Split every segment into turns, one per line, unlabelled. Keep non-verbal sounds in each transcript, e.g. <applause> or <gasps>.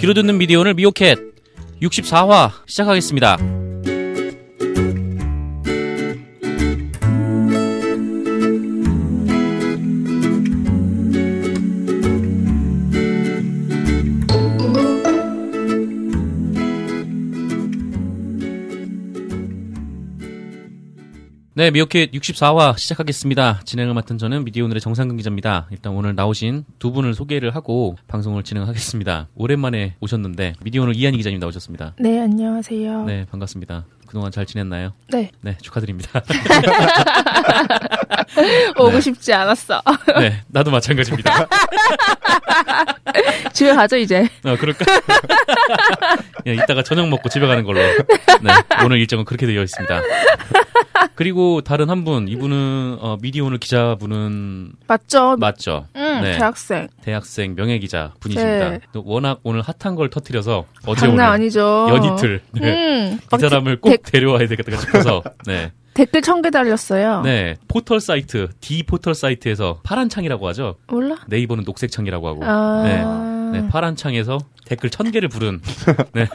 귀로 듣는 미디어 오늘 미오캣 64화 시작하겠습니다. 네, 미오캣 64화 시작하겠습니다. 진행을 맡은 저는 미디어 오늘의 정상근 기자입니다. 일단 오늘 나오신 두 분을 소개를 하고 방송을 진행하겠습니다. 오랜만에 오셨는데 미디어 오늘 이한희 기자님 나오셨습니다.
네, 안녕하세요. 네.
네, 반갑습니다. 그동안 잘 지냈나요? 네, 축하드립니다. <laughs>
<laughs> 오고
네.
싶지
<laughs>
않았어.
네, 나도 마찬가지입니다. <laughs>
집에 가죠, 이제.
어, 그럴까? <laughs> 예, 이따가 저녁 먹고 집에 가는 걸로. 네, 오늘 일정은 그렇게 되어 있습니다. 그리고 다른 한 분, 이분은 어, 미디어 오늘 기자분은
맞죠?
맞죠?
응,
네.
음. 대학생.
대학생 명예 기자 분이십니다.
네.
또 워낙 오늘 핫한 걸 터트려서 어제 오늘
장난 아니죠. 음, 어,
연이틀 네. 이
응. 막
사람을 꼭
데-
데려와야 되겠다 싶어서 네,
댓글 천 개 달렸어요.
네 포털 사이트 D 포털 사이트에서 파란 창이라고 하죠.
몰라?
네이버는 녹색 창이라고 하고
아.
네, 파란 창에서 댓글 천 개를 부른
<laughs>
네,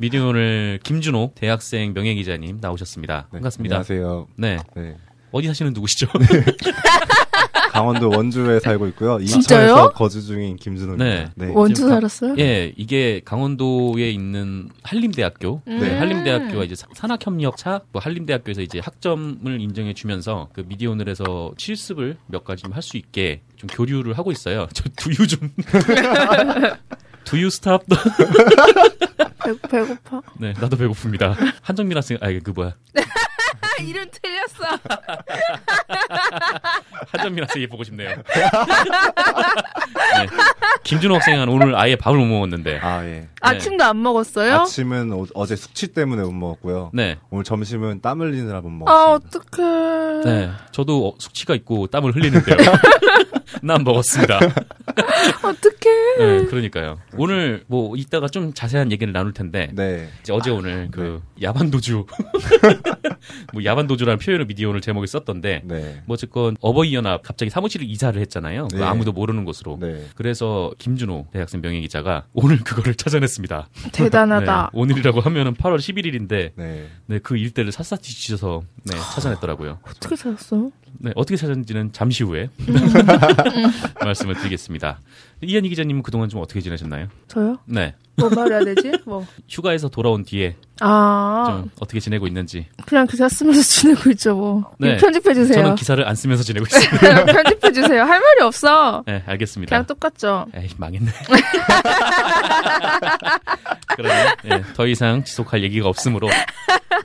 미디어오늘 김준호 대학생 명예 기자님 나오셨습니다.
네,
반갑습니다.
안녕하세요.
네,
네.
어디 사시는
<laughs>
누구시죠?
강원도 원주에 살고
<laughs>
있고요.
진짜요?
인천에서 거주 중인 김준호입니다. 네.
원투
지금 가-
살았어요?
예, 이게 강원도에 있는 한림대학교,
음.
네, 한림대학교가 이제 사- 산학협력차, 뭐 한림대학교에서 이제 학점을 인정해주면서 그 미디어오늘에서 실습을 몇 가지 좀 할 수 있게 좀 교류를 하고 있어요. <laughs> 저 두유 좀, 두유 스탑.
배고, 배고파.
네, 나도 배고픕니다. 한정민 학생, 아, 그 뭐야?
아, 이름 틀렸어.
네. 하전민 학생이 보고 싶네요. <laughs> 네. 김준호 학생은 오늘 아예 밥을 못 먹었는데.
아, 예.
아침도 안 먹었어요?
아침은 어, 어제 숙취 때문에 못 먹었고요.
네. 어.
오늘 점심은 땀 흘리느라 못 먹었습니다.
아, 어떡해.
네. 저도 어, 숙취가 있고 땀을 흘리는데요. <laughs> 난 먹었습니다.
<laughs> 어떡해.
네, 그러니까요. 오늘 뭐 이따가 좀 자세한 얘기를 나눌 텐데.
네.
이제 어제 오늘 그 야반도주. <laughs> 뭐 야반도주라는 표현을 미디어 오늘 제목에 썼던데.
네.
뭐 어쨌건 어버이연합 갑자기 사무실을 이사를 했잖아요. 그
네.
아무도 모르는 곳으로.
네.
그래서 김준호 대학생 명예 기자가 오늘 그거를 찾아냈습니다.
대단하다.
네, 오늘이라고 하면은 8월 11일인데
네.
네, 그 일대를 샅샅이 뒤져서 네, 찾아냈더라고요.
어떻게 살았어?
네, 어떻게 찾았는지는 잠시
<laughs>
후에 말씀을 드리겠습니다. 이현희 기자님은 그동안 좀 어떻게 지내셨나요?
저요?
네.
뭐 말해야 되지?
<laughs>
뭐.
휴가에서 돌아온 뒤에
아,
좀 어떻게 지내고 있는지.
그냥 기사 쓰면서 지내고 있죠, 뭐.
네.
편집해주세요.
저는 기사를 안 쓰면서 지내고
<laughs>
있습니다.
편집해주세요. 할 말이 없어.
네, 알겠습니다.
그냥 똑같죠.
에이, 망했네. <laughs> 그러면 예, 더 이상 지속할 얘기가 없으므로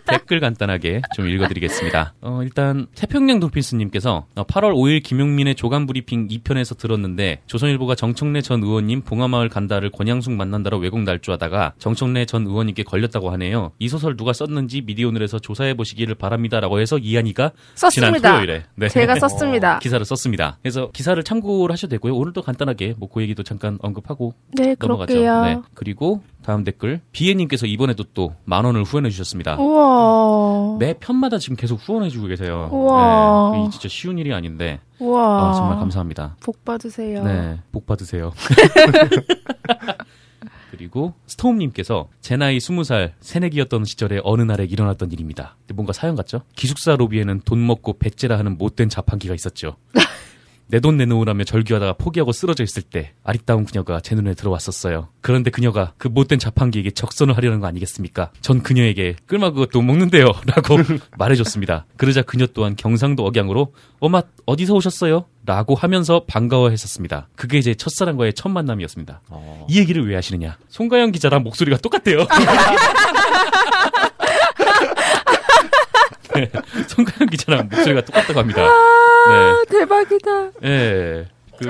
댓글 간단하게 좀 읽어드리겠습니다. 어, 일단 태평양 돌핀스님께서 8월 5일 김용민의 조간 브리핑 2편에서 들었는데 조선일보가 정청래 전 의원님 봉하마을 간다를 권양숙 만난다로 왜곡 날조하다가 정청래 전 의원님께 걸렸다고 하네요. 이 소설 누가 썼는지 미디오늘에서 조사해 보시기를 바랍니다라고 해서 이한이가 지난
썼습니다.
토요일에 네. <laughs>
제가 썼습니다.
기사를 썼습니다. 그래서 기사를 참고를 하셔도 되고요. 오늘도 간단하게 뭐 그 얘기도 잠깐 언급하고
네,
넘어가죠.
그럴게요.
네. 그리고 다음 댓글 비애님께서 이번에도 또 만 원을 후원해 주셨습니다.
우와.
매 편마다 지금 계속 후원해 주고 계세요.
우와.
네, 이 진짜 쉬운 일이 아닌데
우와.
아, 정말 감사합니다.
복 받으세요.
네, 복
<laughs>
받으세요. 그리고 스톰님께서 제 나이 20살 새내기였던 시절에 어느 날에 일어났던 일입니다. 근데 뭔가 사연 같죠? 기숙사 로비에는 돈 먹고 배째라 하는 못된 자판기가 있었죠. 내 돈 내놓으라며 절규하다가 포기하고 쓰러져 있을 때 아리따운 그녀가 제 눈에 들어왔었어요. 그런데 그녀가 그 못된 자판기에게 적선을 하려는 거 아니겠습니까? 전 그녀에게 끌마 그것도 먹는데요 <laughs> 라고 말해줬습니다. 그러자 그녀 또한 경상도 억양으로 어맛 어디서 오셨어요? 라고 하면서 반가워했었습니다. 그게 제 첫사랑과의 첫 만남이었습니다.
어.
이 얘기를 왜 하시느냐? 송가영 기자랑 목소리가 <laughs> 똑같대요. 네, 송가영 기자랑 목소리가 똑같다고 합니다. 네.
아,
<laughs>
대박이다.
예. 그,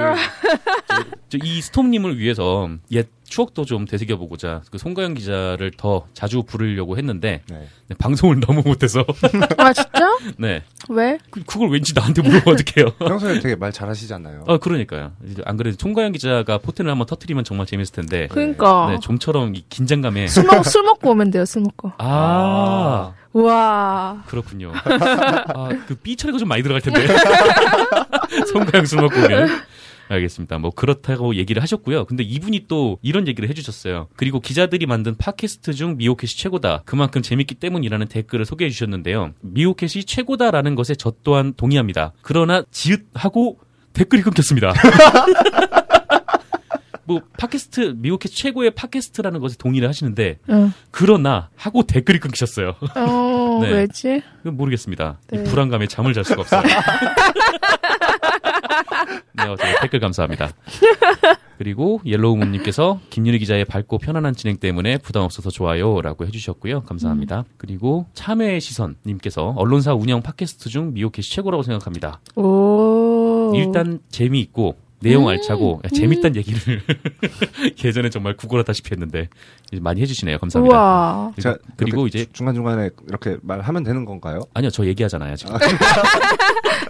저, 이 스톰님을 위해서 옛 추억도 좀 되새겨보고자 그 송가영 기자를 더 자주 부르려고 했는데
네.
네, 방송을 <laughs> 너무 못해서
아, 진짜?
네
왜?
그- 그걸 왠지 나한테 물어봐 어떡해요 <laughs>
평소에 되게 말 잘하시잖아요.
아 그러니까요 이제 안 그래도 송가영 기자가 포텐을 한번 터트리면 정말 재밌을 텐데
그니까.
네 좀처럼 이 긴장감에
그러니까. 술, 먹, 술 먹고 오면 돼요, 술 먹고.
아
우와.
그렇군요 아, 그 <laughs> 아그 삐 처리가 좀 많이 들어갈 텐데 송가영 술 먹고 오면 알겠습니다. 뭐 그렇다고 얘기를 하셨고요. 근데 이분이 또 이런 얘기를 해주셨어요. 그리고 기자들이 만든 팟캐스트 중 미오캣이 최고다. 그만큼 재밌기 때문이라는 댓글을 소개해 주셨는데요. 미오캣이 최고다라는 것에 저 또한 동의합니다. 그러나 지읒하고 댓글이 끊겼습니다. <laughs> 뭐 팟캐스트 미오캣 최고의 팟캐스트라는 것에 동의를 하시는데
응.
그러나 하고 댓글이 끊기셨어요. <laughs>
어,
네.
왜지?
이건 모르겠습니다. 이
네.
불안감에 잠을 잘 수가
<laughs>
없어요. 네, 어쨌든 댓글 감사합니다. 그리고 옐로우문님께서 김윤희 기자의 밝고 편안한 진행 때문에 부담 없어서 좋아요라고 해주셨고요.
음.
감사합니다. 그리고 참회의 시선님께서 언론사 운영 팟캐스트 중 미오캣이 최고라고 생각합니다.
오.
일단 재미있고
음.
내용 알차고 야, 재밌단 얘기를 <laughs> 예전에 정말 구걸하다시피 했는데 이제 많이 해주시네요. 감사합니다.
우와.
그리고- 그리고 이제
중간 중간에 이렇게 말하면 되는 건가요?
아니요 저 얘기하잖아요 지금.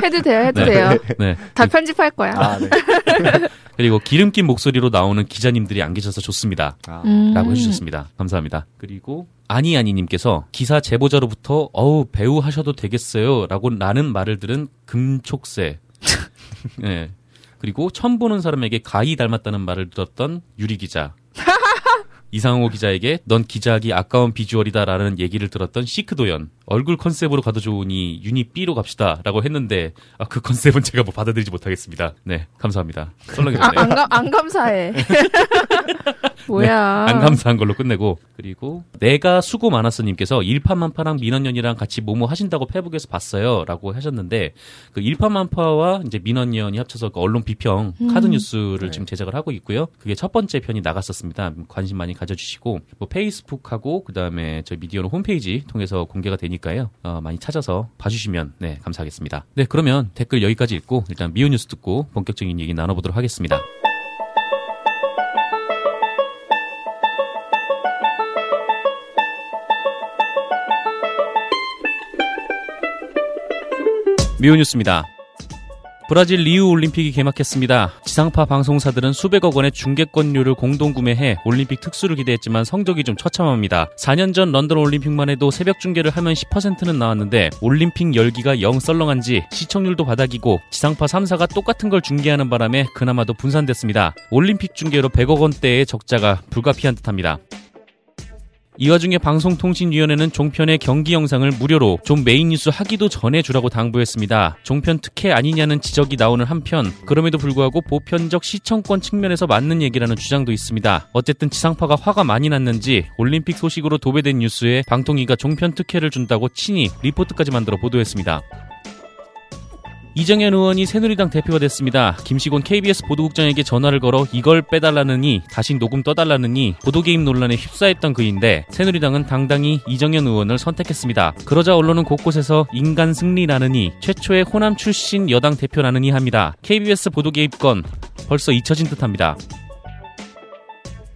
해도 돼요, 해도
네.
돼요.
네.
다 편집할 거야.
아, 네.
그리고 기름긴 목소리로 나오는 기자님들이 안 계셔서 좋습니다.
아,
음.
라고 해주셨습니다. 감사합니다. 그리고 아니 아니님께서 기사 제보자로부터 어우 배우 하셔도 되겠어요 라고 라는 말을 들은 금촉새. <laughs> 네. 그리고 처음 보는 사람에게 가히 닮았다는 말을 들었던 유리 기자. 이상호 기자에게 넌 기자하기 아까운 비주얼이다라는 얘기를 들었던 시크도연 얼굴 컨셉으로 가도 좋으니 유닛 B로 갑시다라고 했는데 아, 그 컨셉은 제가 뭐 받아들이지 못하겠습니다. 네 감사합니다.
아,
썰렁해졌네요.
안, 감, 안 감사해. <laughs>
<laughs>
뭐야.
네. 안 감사한 걸로 끝내고 그리고 내가 수고 많았어님께서 일파만파랑 민원연이랑 같이 뭐뭐 하신다고 페북에서 봤어요라고 하셨는데 그 일파만파와 이제 민원연이 합쳐서 그 언론 비평
음.
카드 뉴스를 지금 제작을 하고 있고요. 그게 첫 번째 편이 나갔었습니다. 관심 많이 가져주시고 뭐 페이스북하고 그 다음에 저희 미디어는 홈페이지 통해서 공개가 되니까요. 어, 많이 찾아서 봐주시면 네 감사하겠습니다. 네 그러면 댓글 여기까지 읽고 일단 미오 뉴스 듣고 본격적인 얘기 나눠보도록 하겠습니다. 미오뉴스입니다. 브라질 리우 올림픽이 개막했습니다. 지상파 방송사들은 수백억 원의 중계권료를 공동 구매해 올림픽 특수를 기대했지만 성적이 좀 처참합니다. 4년 전 런던 올림픽만 해도 새벽 중계를 하면 10%는 나왔는데 올림픽 열기가 영 썰렁한지 시청률도 바닥이고 지상파 3사가 똑같은 걸 중계하는 바람에 그나마도 분산됐습니다. 올림픽 중계로 100억 원대의 적자가 불가피한 듯합니다. 이 와중에 방송통신위원회는 종편의 경기 영상을 무료로 좀 메인 뉴스 하기도 전에 주라고 당부했습니다. 종편 특혜 아니냐는 지적이 나오는 한편 그럼에도 불구하고 보편적 시청권 측면에서 맞는 얘기라는 주장도 있습니다. 어쨌든 지상파가 화가 많이 났는지 올림픽 소식으로 도배된 뉴스에 방통위가 종편 특혜를 준다고 친히 리포트까지 만들어 보도했습니다. 이정현 의원이 새누리당 대표가 됐습니다. 김시곤 KBS 보도국장에게 전화를 걸어 이걸 빼달라느니 다시 녹음 떠달라느니 보도게임 논란에 휩싸였던 그인데 새누리당은 당당히 이정현 의원을 선택했습니다. 그러자 언론은 곳곳에서 인간 승리라느니 최초의 호남 출신 여당 대표라느니 합니다. KBS 보도개입 건 벌써 잊혀진 듯합니다.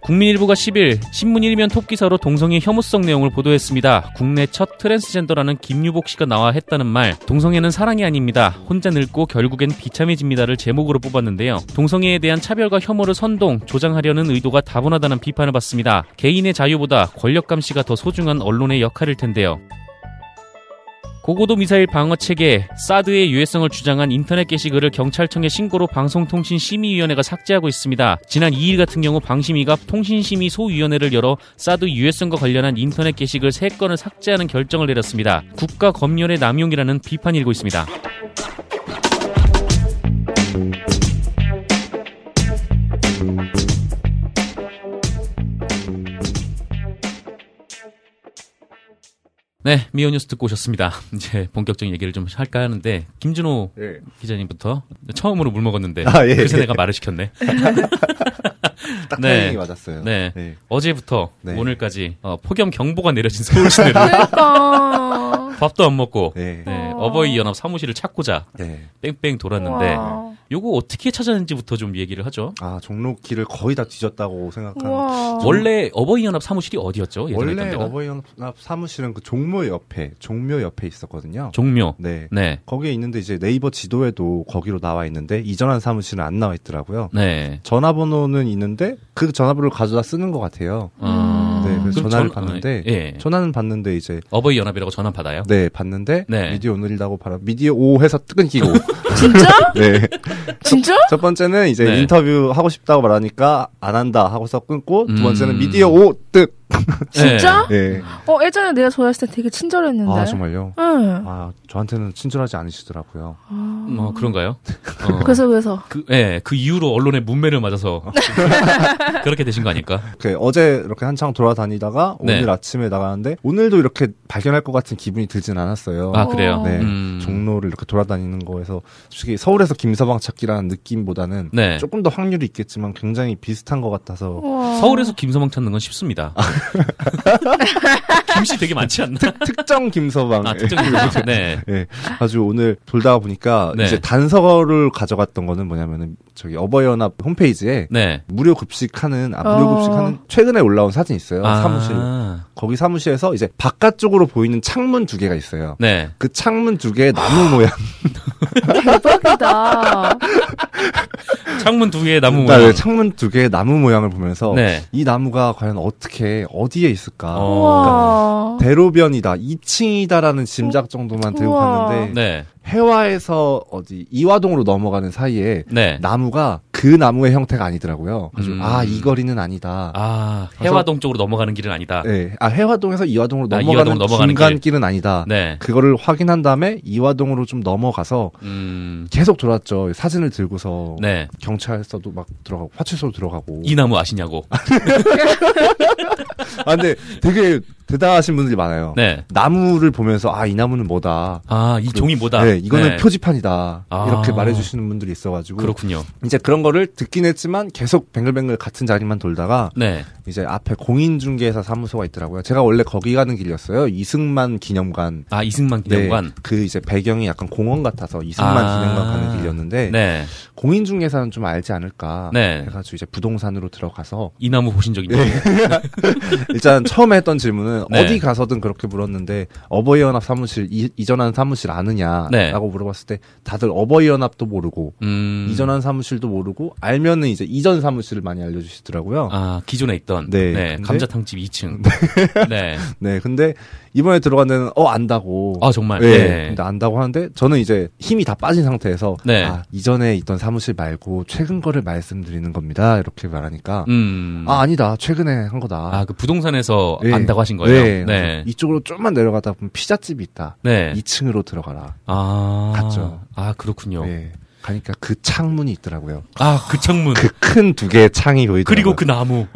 국민일보가 10일 신문 1면 톱기사로 동성애 혐오성 내용을 보도했습니다. 국내 첫 트랜스젠더라는 김유복 씨가 나와 했다는 말, 동성애는 사랑이 아닙니다. 혼자 늙고 결국엔 비참해집니다를 제목으로 뽑았는데요. 동성애에 대한 차별과 혐오를 선동, 조장하려는 의도가 다분하다는 비판을 받습니다. 개인의 자유보다 권력 감시가 더 소중한 언론의 역할일 텐데요. 고고도 미사일 방어 체계 사드의 유해성을 주장한 인터넷 게시글을 경찰청에 신고로 방송통신심의위원회가 삭제하고 있습니다. 지난 2일 같은 경우 방심위가 통신심의 소위원회를 열어 사드 유해성과 관련한 인터넷 게시글 3건을 삭제하는 결정을 내렸습니다. 국가검열의 남용이라는 비판이 일고 있습니다. 네, 미오뉴스 듣고 오셨습니다. <laughs> 이제 본격적인 얘기를 좀 할까 하는데 김준호
예.
기자님부터 처음으로 물 먹었는데
아, 예.
그래서 내가 말을 시켰네.
딱
네.
타이밍이 맞았어요.
네.
네.
어제부터
네.
오늘까지 어, 폭염 경보가 내려진
<laughs>
서울 시내로
그러니까.
밥도 안 먹고
네.
네,
어.
어버이 연합 사무실을 찾고자
네.
뺑뺑 돌았는데
우와.
요거 어떻게 찾았는지부터 좀 얘기를 하죠.
아, 종로길을 거의 다 뒤졌다고 생각하는.
우와.
원래 어버이 연합 사무실이 어디였죠? 예전에 있던
원래
데가?
어버이 연합 사무실은 그 종묘 옆에, 종묘 옆에 있었거든요.
종묘.
네.
네.
거기에 있는데 이제 네이버 지도에도 거기로 나와 있는데 이전한 사무실은 안 나와 있더라고요.
네.
전화번호는 있는데 그 전화번호를 가져다 쓰는 것 같아요.
음.
어,
네, 그래서
그럼
전화를
전-
받는데
예.
전화는 받는데 이제
어버이 연합이라고 전화 받아요.
네 받는데
네.
미디어 오늘이라고 바라 미디어 오 해서
<laughs>
끊기고
진짜?
네.
진짜?
첫 번째는 이제
네.
인터뷰 하고 싶다고 말하니까 안 한다 하고서 끊고 두 번째는
음.
미디어 오뜻
진짜?
네.
어 예전에 내가 전화했을 때 되게 친절했는데.
아 정말요?
응. 아.
아 저한테는 친절하지 않으시더라고요.
예. 뭐 그런가요? 어.
그래서 그래서
그, 예, 그 이후로 언론의 문매를 맞아서
<laughs>
그렇게 되신 거 아닐까?
이렇게 어제 이렇게 한창 돌아다니다가
네.
오늘 아침에 나가는데 오늘도 이렇게 발견할 것 같은 기분이 들진 않았어요.
아 그래요.
네.
음.
종로를 이렇게 돌아다니는 거에서 솔직히 서울에서 김서방 찾기라는 느낌보다는
네.
조금 더 확률이 있겠지만 굉장히 비슷한 것 같아서
우와.
서울에서 김서방 찾는 건
<laughs>
쉽습니다. 김씨 되게 많지 않나?
특정 김서방
아, 특정 김서방. 네.
예, <laughs> 아주 오늘 돌다 보니까
네.
이제 단서를 가져갔던 거는 뭐냐면은 저기 어버이연합 홈페이지에
네.
무료 급식하는 아 무료
어.
급식하는 최근에 올라온 사진 있어요
아,
사무실 거기 사무실에서 이제 바깥쪽으로 보이는 창문 두 개가 있어요.
네.
그 창문 두 개의
아,
나무 모양
대박이다.
창문 두 개의 나무
아, 네,
모양.
창문 두 개의 나무 모양을 보면서
네.
이 나무가 과연 어떻게 어디에 있을까
어.
우와.
대로변이다 2층이다라는 짐작 정도만 들고
우와.
갔는데
네.
해화에서 어디 이화동으로 넘어가는 사이에
네.
나무가 그 나무의 형태가 아니더라고요.
음.
아 이 거리는 아니다.
아, 해화동 쪽으로 넘어가는 길은 아니다. 네.
네, 아 해화동에서 이화동으로
아,
넘어가는,
이화동으로 넘어가는
중간
길. 네.
길은 아니다. 그거를 확인한 다음에 이화동으로 좀 넘어가서
음.
계속 돌았죠. 사진을 들고서
네.
경찰서도 막 들어가고 화출소도 들어가고.
이 나무 아시냐고.
아 근데 되게 대단하신 분들이 많아요.
네.
나무를 보면서 아 이 나무는 뭐다.
아, 이 종이 뭐다.
네, 이거는
네.
표지판이다.
아.
이렇게 말해주시는 분들이 있어가지고
그렇군요.
이제 그런 거를 듣긴 했지만 계속 뱅글뱅글 같은 자리만 돌다가
네.
이제 앞에 공인중개사 사무소가 있더라고요. 제가 원래 거기 가는 길이었어요. 이승만 기념관.
아, 이승만 기념관.
그 이제 배경이 약간 공원 같아서 이승만
아.
기념관 가는 길이었는데
네.
공인중개사는 좀 알지 않을까
네.
해가지고 이제 부동산으로 들어가서
이 나무 보신 적
네.
있나요?
일단 처음에 했던 질문은
네.
어디 가서든 그렇게 물었는데 어버이연합 사무실 이, 이전한 사무실 아느냐라고
네.
물어봤을 때 다들 어버이연합도 모르고
음.
이전한 사무실도 모르고 알면은 이제 이전 사무실을 많이 알려주시더라고요.
아, 기존에 있던
네,
네,
근데-
감자탕집 2층.
<laughs>
네.
네, 근데 이번에 들어간 데는 어 안다고.
아, 정말.
네,
네.
근데 안다고 하는데 저는 이제 힘이 다 빠진 상태에서
네.
아, 이전에 있던 사무실 말고 최근 거를 말씀드리는 겁니다. 이렇게 말하니까
음.
아 아니다 최근에 한 거다.
아, 그 부동산에서
네.
안다고 하신 거예요?
네.
네.
이쪽으로 좀만 내려가다 보면 피자집이 있다.
네.
2층으로 들어가라.
아.
갔죠.
아, 그렇군요.
네. 가니까 그 창문이 있더라고요.
아, 그 창문.
그 큰 두 개의 창이 보이더라고요.
그리고 그 나무.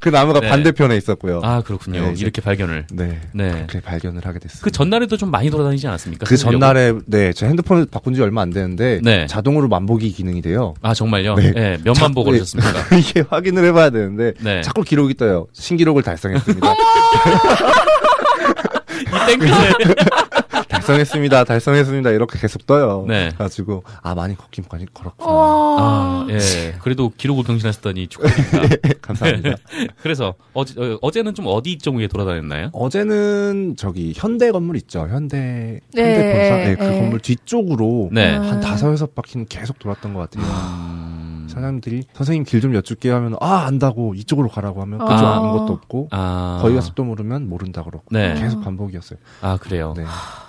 그 나무가
네.
반대편에 있었고요.
아, 그렇군요.
네, 이제-
이렇게 발견을.
네.
네.
그렇게 발견을 하게 됐습니다.
그 전날에도 좀 많이 돌아다니지 않았습니까?
그
쓰려고?
전날에 네, 제 핸드폰을 바꾼 지 얼마 안 되는데
네.
자동으로 만보기 기능이 돼요.
아, 정말요?
네.
네. 몇만
자-
보고
네. <laughs>
오셨습니까?
이게 확인을 해봐야 되는데
네.
자꾸 기록이 떠요. 신기록을 달성했습니다.
이 땡볕에.
<laughs> 달성했습니다. 달성했습니다. 이렇게 계속 떠요.
네.
가지고 아 많이 걷긴 많이 걸었구나.
우와.
아, 예. 그래도 기록을 경신하셨다니
네.
축하드립니다.
감사합니다.
그래서 어제, 어, 어제는 좀 어디 쪽에 돌아다녔나요?
어제는 저기 현대 건물 있죠. 현대
네,
현대 본사
네,
네, 그
네. 아.
건물 뒤쪽으로
네.
한 다섯 여섯 바퀴는 계속 돌았던 것 같아요.
음.
사장님들이 선생님 길 좀 여쭙게 하면 아 안다고 이쪽으로 가라고 하면 그쪽
아.
아무것도 없고
아.
거기 가서 또 모르면 모른다 그러고
네.
계속 반복이었어요.
아, 그래요.
네.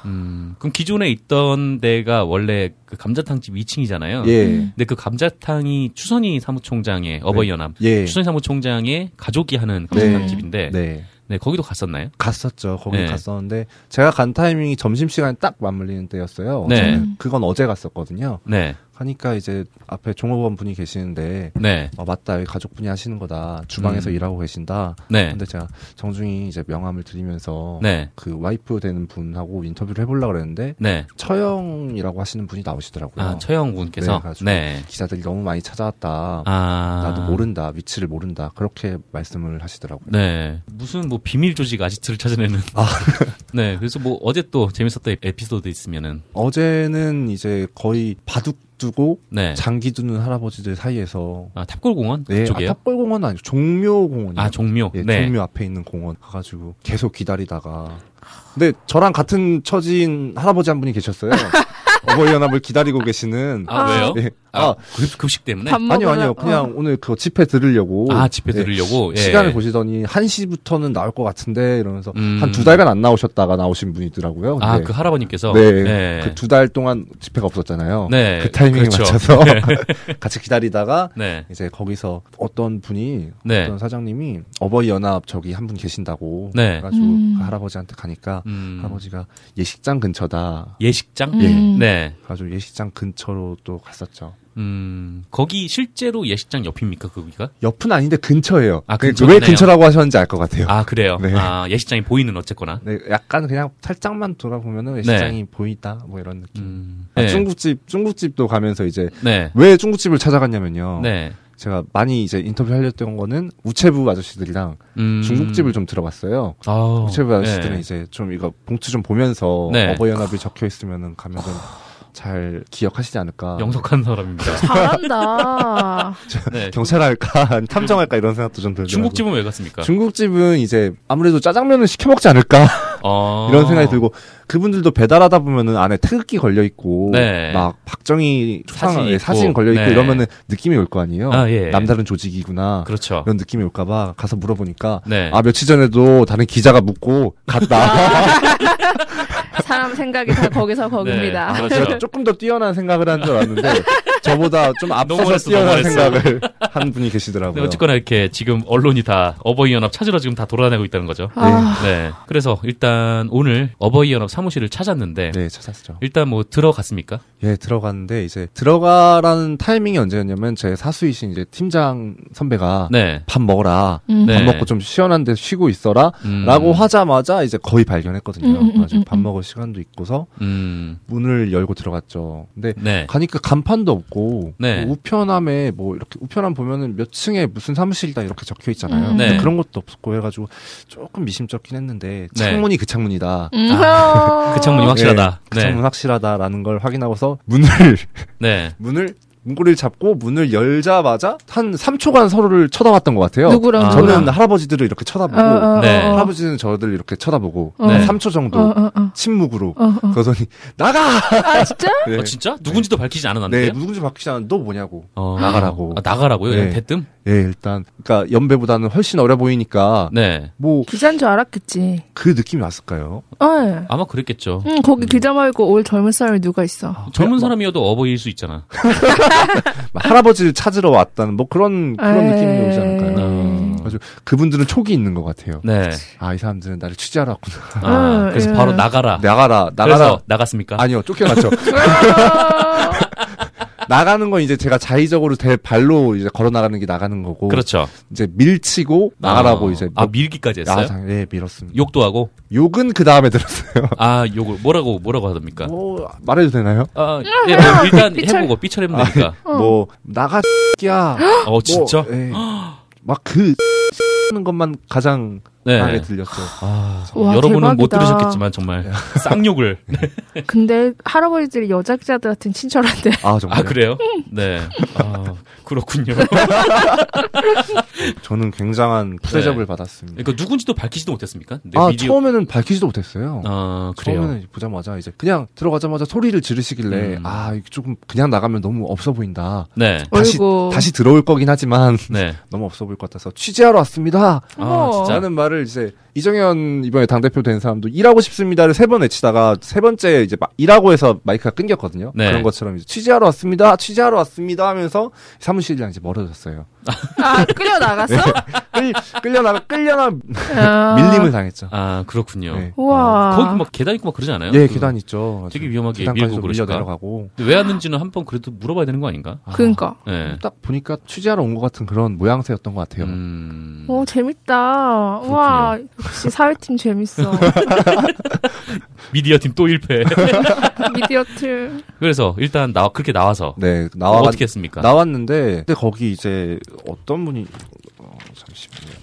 음, 그럼 기존에 있던 데가 원래 그 감자탕집 2층이잖아요.
예.
음.
근데 그 감자탕이 추선희 사무총장의 어버이연합
예.
추선희 사무총장의 가족이 하는
네.
감자탕집인데 네.
네.
거기도 갔었나요?
갔었죠. 거기
네.
갔었는데 제가 간 타이밍이 점심 시간에 딱 맞물리는 때였어요.
네.
저는 그건 어제 갔었거든요.
네,
하니까 이제 앞에 종업원 분이 계시는데
네,
어, 맞다 여기 가족분이 하시는 거다 주방에서
음.
일하고 계신다.
네,
근데 제가 정중히 이제 명함을 드리면서
네,
그 와이프 되는 분하고 인터뷰를 해보려고 그랬는데
네.
처형이라고 하시는 분이 나오시더라고요.
아 처영
네,
군께서
가지고.
네,
기자들이 너무 많이 찾아왔다.
아
나도 모른다 위치를 모른다 그렇게 말씀을 하시더라고요.
네, 무슨 뭐 비밀 조직 아지트를 찾아내는.
아.
<laughs> 네, 그래서 뭐 어제 또 재밌었던 에피소드 있으면은
어제는 이제 거의 바둑 두고
네,
장기 두는 할아버지들 사이에서
아 탑골공원
네,
그쪽이요.
아, 탑골공원 아니고 종묘공원이요.
아 종묘.
예,
네,
종묘 앞에 있는 공원 가가지고 계속 기다리다가 근데
<laughs>
저랑 같은 처지인 할아버지 한 분이 계셨어요. 어버이연합을 기다리고 계시는
아 왜요?
예,
아,
아.
급- 급식 때문에?
밥 먹으러 어,
아니요, 아니요. 그냥 오늘 그거 집회 들으려고.
아, 집회
네,
들으려고? 예.
시간을 보시더니 1시부터는 나올 것 같은데 이러면서
음.
한 두 달간 안 나오셨다가 나오신 분이더라고요.
아,
근데
그 할아버님께서?
네.
네.
그 두 달 동안 집회가 없었잖아요.
네,
그 타이밍에
그렇죠.
맞춰서 <laughs> 같이 기다리다가
네.
이제 거기서 어떤 분이
네.
어떤 사장님이 어버이 연합 저기 한 분 계신다고
네.
그래가지고
음.
그 할아버지한테 가니까
음,
할아버지가 예식장 근처다.
예식장?
음.
네.
그래가지고 예식장 근처로 또 갔었죠.
음, 거기 실제로 예식장 옆입니까, 그 거기가?
옆은 아닌데 근처예요.
아,
그-
근처네요.
왜 근처라고 하셨는지 알 것 같아요.
아, 그래요?
네.
아, 예식장이 보이는 어쨌거나.
네, 약간 그냥 살짝만 돌아보면은 예식장이 보인다 뭐 이런 느낌.
네. 음,
아,
네.
중국집 중국집도 가면서 이제
네.
왜 중국집을 찾아갔냐면요.
네.
제가 많이 이제 인터뷰 하려던 거는 우체부 아저씨들이랑
음.
중국집을 좀 들어봤어요.
아우,
우체부 아저씨들은
네.
이제 좀 이거 봉투 좀 보면서
네.
어버이연합이 적혀 있으면은 가면 잘 기억하시지 않을까.
영석한
<laughs>
사람입니다.
잘한다.
네.
경찰할까 <laughs> 탐정할까 이런 생각도 좀 들더라고요.
중국집은 왜 갔습니까?
중국집은 이제 아무래도 짜장면을 시켜 먹지 않을까 <laughs>
아.
이런 생각이 들고 그분들도 배달하다 보면은 안에 태극기 걸려 있고
네.
막 박정희
사진
사진,
있고.
사진 걸려 있고
네.
이러면은 느낌이 올 거 아니에요.
아, 예.
남다른 조직이구나
그렇죠.
이런 느낌이 올까봐 가서 물어보니까
네.
아 며칠 전에도 다른 기자가 묻고
<laughs>
갔다.
사람 생각이 다 거기서
네.
거깁니다.
아,
제가
그렇죠.
조금 더 뛰어난 생각을 한 줄
<laughs>
알았는데 저보다 좀 앞서서
넘어갔어,
뛰어난
넘어갔어.
생각을 한 분이
네,
계시더라고요.
어쨌거나 이렇게 지금 언론이 다 어버이연합 찾으러 지금 다 돌아다니고 있다는 거죠.
아,
네. 그래서 일단 오늘 어버이연합 사무실을 찾았는데
네 찾았죠.
일단 뭐 들어갔습니까?
예 들어갔는데 이제 들어가라는 타이밍이 언제였냐면 제 사수이신 이제 팀장 선배가
네.
밥 먹어라.
음.
네.
밥 먹고 좀 시원한 데 쉬고 있어라.
음.
라고 하자마자 이제 거의 발견했거든요.
음, 음, 음,
아직
음,
밥
음.
먹을 시간도 있고서
음.
문을 열고 들어갔죠. 근데
네.
가니까 간판도 없고
네.
뭐 우편함에 뭐 이렇게 우편함 보면은 몇 층에 무슨 사무실이다 이렇게 적혀 있잖아요.
음.
네.
근데 그런 것도 없고 해가지고 조금 미심쩍긴 했는데 창문이 그 창문이다.
음. 어,
그 창문이 확실하다.
네, 그
네.
창문 확실하다라는 걸 확인하고서 문을 <laughs>
네.
문을 문고리를 잡고 문을 열자마자 한 3초간 서로를 쳐다봤던 것 같아요.
누구랑
아.
저는
누구랑?
할아버지들을 이렇게 쳐다보고
네.
할아버지는 저를 이렇게 쳐다보고
어.
네.
3초 정도
어, 어, 어.
침묵으로
어, 어.
그러더니 나가
아 진짜?
네,
어, 진짜? 누군지도 밝히지
네
않았는데요?
누군지 바뀌지 않았는데 너 뭐냐고
어.
나가라고.
아, 나가라고요?
네.
대뜸?
예 일단 그러니까 연배보다는 훨씬 어려 보이니까
네.
뭐 그
기자인 줄 알았겠지.
느낌이 왔을까요
어.
아마 그랬겠죠.
응, 거기 기자 말고 올 젊은 사람이 누가 있어?
뭐.
젊은 사람이어도 어버이일 수 있잖아.
막 할아버지를 찾으러 왔다는 뭐 그런 그런 느낌이 오지 않을까요
음.
아주 그분들은 촉이 있는 것 같아요 <laughs>
네.
아 이 사람들은 나를 취재하러 왔구나
아,
어,
그래서
예.
바로 나가라.
네. 나가라 나가라
아. 그래서 그러니까. 나갔습니까? <laughs>
아니요 쫓겨났죠 나가는 건 이제 제가 자의적으로 대 발로 이제 걸어 나가는 게 나가는 거고
그렇죠.
이제 밀치고 뭐 나가라고
어.
이제
아, 밀기까지 했어요?
아, 예 밀었습니다
욕도 하고?
욕은 그 다음에 들었어요.
아, 욕을 뭐라고 뭐라고 하답니까?
뭐 말해도 되나요?
아, 예, 뭐 일단
삐철.
해보고 삐처리면 되니까.
뭐 나가 <laughs> 끼야.
어, 진짜?
뭐, 예.
아.
막그 하는 것만 가장
네.
강하게 들렸죠.
아,
와,
여러분은 못
대박이다.
들으셨겠지만 정말
예.
쌍욕을.
<laughs>
<laughs>
근데 할아버지들이 여자 기자들한테는 친절한데.
아 정말.
아 그래요? 네. 아 그렇군요.
저는 굉장한 푸대접을 받았습니다.
그러니까 누군지도 밝히지도 못했습니까? 네,
아
미디어-
처음에는 밝히지도 못했어요.
아 그래요.
처음에는 보자마자 이제 그냥 들어가자마자 소리를 지르시길래
음.
아 이거 조금 그냥 나가면 너무 없어 보인다.
네.
다시
어이구.
다시 들어올 거긴 하지만 <laughs>
네.
너무 없어 보일 것 같아서 취재하러 왔습니다.
아
어.
진짜.
라는 말을 이제 이정현 이번에 당 대표 된 사람도 일하고 싶습니다를 세 번 외치다가 세 번째 이제 막 일하고 해서 마이크가 끊겼거든요.
네.
그런 것처럼 이제 취재하러 왔습니다, 취재하러 왔습니다 하면서 사무실이랑 이제 멀어졌어요.
아 끌려 나갔어?
끌, <laughs> 끌려나 끌려나
아.
네. 밀림을 당했죠.
아 그렇군요.
네.
우와.
거기 막 계단 있고 막 그러지 않아요?
예,
그-
계단 있죠.
되게 위험하게
계단까지
밀고
밀려
그러실까?
내려가고.
근데 왜 왔는지는 한 번 그래도 물어봐야 되는 거 아닌가?
아,
그러니까.
네.
딱 보니까 취재하러 온 것 같은 그런 모양새였던 것 같아요.
음.
오 재밌다.
그렇군요.
와 역시 사회팀 재밌어.
미디어 팀 또 일패
<laughs>
<laughs>
미디어 팀. 그
그래서 일단 나 그렇게 나와서
네, 나와
어떻게 했습니까?
나왔는데 근데 거기 이제 어떤 분이 어, 잠시만요.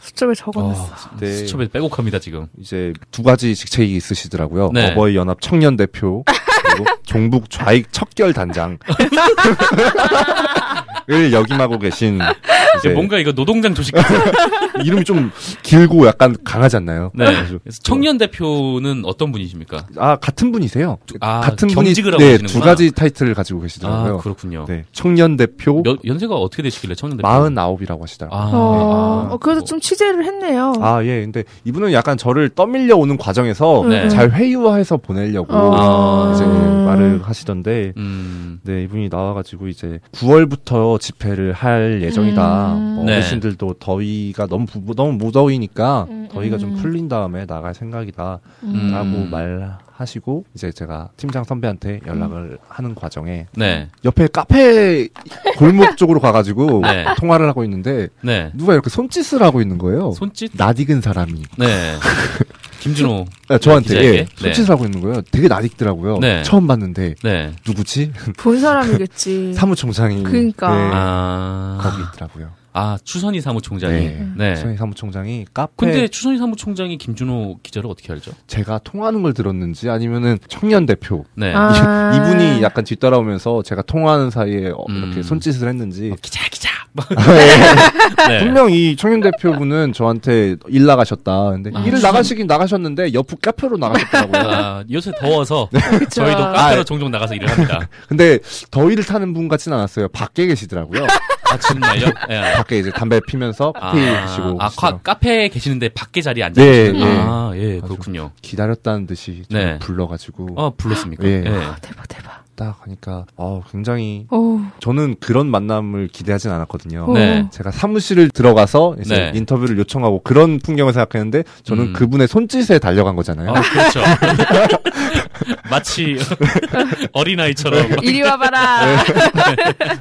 수첩에 적어놨어.
아,
네.
수첩에 빼곡합니다 지금.
이제 두 가지 직책이 있으시더라고요.
네.
어버이 연합 청년 대표
<laughs>
그리고 종북 좌익 척결 단장을 역임하고 계신
이제
이제 네.
뭔가 이거 노동장 조식 같은
이름이 좀 길고 약간 강하지 않나요?
네.
<laughs> 그래서
그래서 청년 대표는 어떤 분이십니까?
아 같은 분이세요.
두- 아,
같은
경직을 하고
분이
계시는구나.
네두 가지 타이틀을 가지고
아
계시더라고요.
그렇군요.
네 청년 대표
몇- 연세가 어떻게 되시길래 청년 대표?
49이라고 하시더라고요.
아,
어,
아,
어, 그래도
뭐,
좀 취재를 했네요.
아 예 근데 이분은 약간 저를 떠밀려 오는 과정에서
네.
잘 회유화해서 보내려고
아,
이제
음.
말을 하시던데
음,
네 이분이 나와가지고 이제 9월부터 집회를 할 예정이다.
음.
뭐
네.
어르신들도 더위가 너무 부, 너무 무더위니까
음,
더위가 좀
음.
풀린 다음에 나갈 생각이다라고
음.
말하시고 이제 제가 팀장 선배한테
음.
연락을 하는 과정에
네,
옆에 카페 골목 <laughs> 쪽으로 가가지고
네.
통화를 하고 있는데
네.
누가 이렇게 손짓을 하고 있는 거예요.
손짓?
낯익은 사람이
네. <laughs> 김준호.
아, 저한테
기자에게?
예,
네.
손짓을 하고 있는 거예요. 되게 낯익더라고요.
네.
처음 봤는데
네.
누구지?
본 사람이겠지.
사무총장이
음. 그러니까.
네,
아,
거기 있더라고요.
아, 추선희 사무총장이.
네.
네.
수현이 사무총장이 카페
근데
에
추선희 사무총장이 김준호 기자를 어떻게 알죠?
제가 통하는 걸 들었는지 아니면은 청년 대표
네.
아.
이- 이분이 약간 뒤따라오면서 제가 통하는 사이에 어, 이렇게
음.
손짓을 했는지
기자,
<laughs>
기자. 네.
아, 예. 분명 이 청년 대표분은 저한테 일 나가셨다. 근데
아,
일을
무슨-
나가시긴 나가셨는데 옆
<laughs>
카페로 나가셨더라고요.
아, 요새
<laughs>
더워서
그쵸.
저희도
아,
카페로
예.
종종 나가서 일을 합니다.
근데 더위를 타는 분 같진 않았어요. 밖에 계시더라고요.
아,
<laughs>
정말요? 예.
밖에 이제 담배 피면서
아,
커피 드시고
아,
계시더라고요.
카- 카페에 계시는데 밖에 자리에 앉아
네,
계시는.
네.
아, 예, 그렇군요.
기다렸다는 듯이 저를
네.
불러가지고
아, 불렀습니까?
예.
아, 대박 대박.
딱 하니까 어, 굉장히
오.
저는 그런 만남을 기대하진 않았거든요.
오.
네.
제가 사무실을 들어가서 이제
네.
인터뷰를 요청하고 그런 풍경을 생각했는데 저는
음.
그분의 손짓에 달려간
아,
거잖아요. <laughs>
그렇죠. <laughs> 마치 어린아이처럼.
이리 와봐라.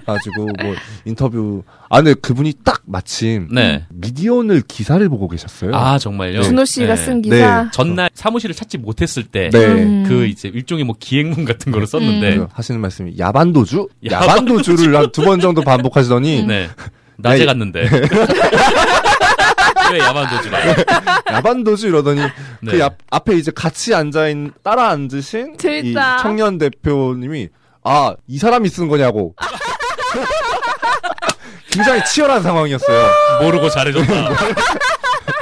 가지고 뭐 인터뷰 아 근데 그분이 딱 마침
네.
미디어널 기사를 보고 계셨어요.
아, 정말요?
준호
네.
씨가 쓴 기사.
전날 사무실을 찾지 못했을 때.
네. 음.
음.
그 이제 일종의 뭐 기행문 같은 거를 썼는데.
그래서 하시는 말씀이 야반도주?
야반도주.
야반도주를 한 두 번 정도 반복하시더니
네. 낮에
야, 이- <laughs>
갔는데. 왜 야만도지 마.
야반도주 이러더니
네.
그 앞, 앞에 이제 같이 앉아있는 따라 앉으신 이
됐다.
청년 대표님이 아 이 사람이
<laughs>
쓴 거냐고 굉장히 치열한 상황이었어요.
모르고 잘해줬다.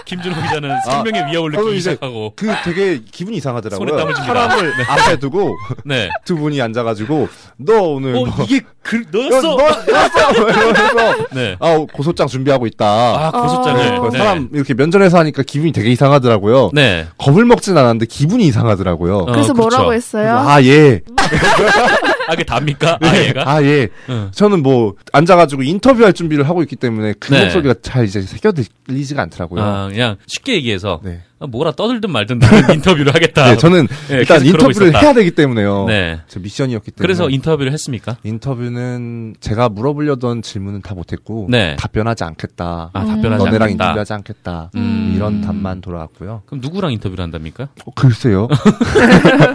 김준호 기자는 생명의 위협을
저는
느끼기
아, 이제
시작하고.
그 되게 기분이
손에 땀을
이상하더라고요.
줍니다.
사람을 앞에 두고
네.
두 분이 앉아가지고 너 오늘
어,
뭐
이게 글,
너,
넣었어?
너, 너, 뭐 이러면서
네.
아 어, 고소장 준비하고 있다.
아, 고소장을.
네,
그
네.
사람 이렇게 면전에서 하니까 기분이 되게 이상하더라고요.
네.
겁을 먹진 않았는데 기분이 이상하더라고요.
어, 그렇죠.
그래서 뭐라고 했어요?
아 예.
아, 그게 답니까? 아, 얘가? 어.
아 예.
응.
저는 뭐 앉아가지고 인터뷰할 준비를 하고 있기 때문에 그
네.
목소리가 잘 이제 새겨 들리지가 않더라고요.
아, 그냥 쉽게 얘기해서
네.
아, 뭐라 떠들든 말든
<laughs>
나는 인터뷰를 하겠다.
네, 저는 뭐.
예,
일단
계속 그러고
인터뷰를
있었다.
해야 되기 때문에요.
네.
저 미션이었기 때문에.
그래서 인터뷰를 했습니까?
인터뷰는 제가 물어보려던 질문은 다 못했고
네.
답변하지 않겠다.
아, 답변하지
너네랑
않는다.
인터뷰하지 않겠다.
음.
이런 답만 돌아왔고요.
그럼 누구랑 인터뷰를 한답니까?
어, 글쎄요.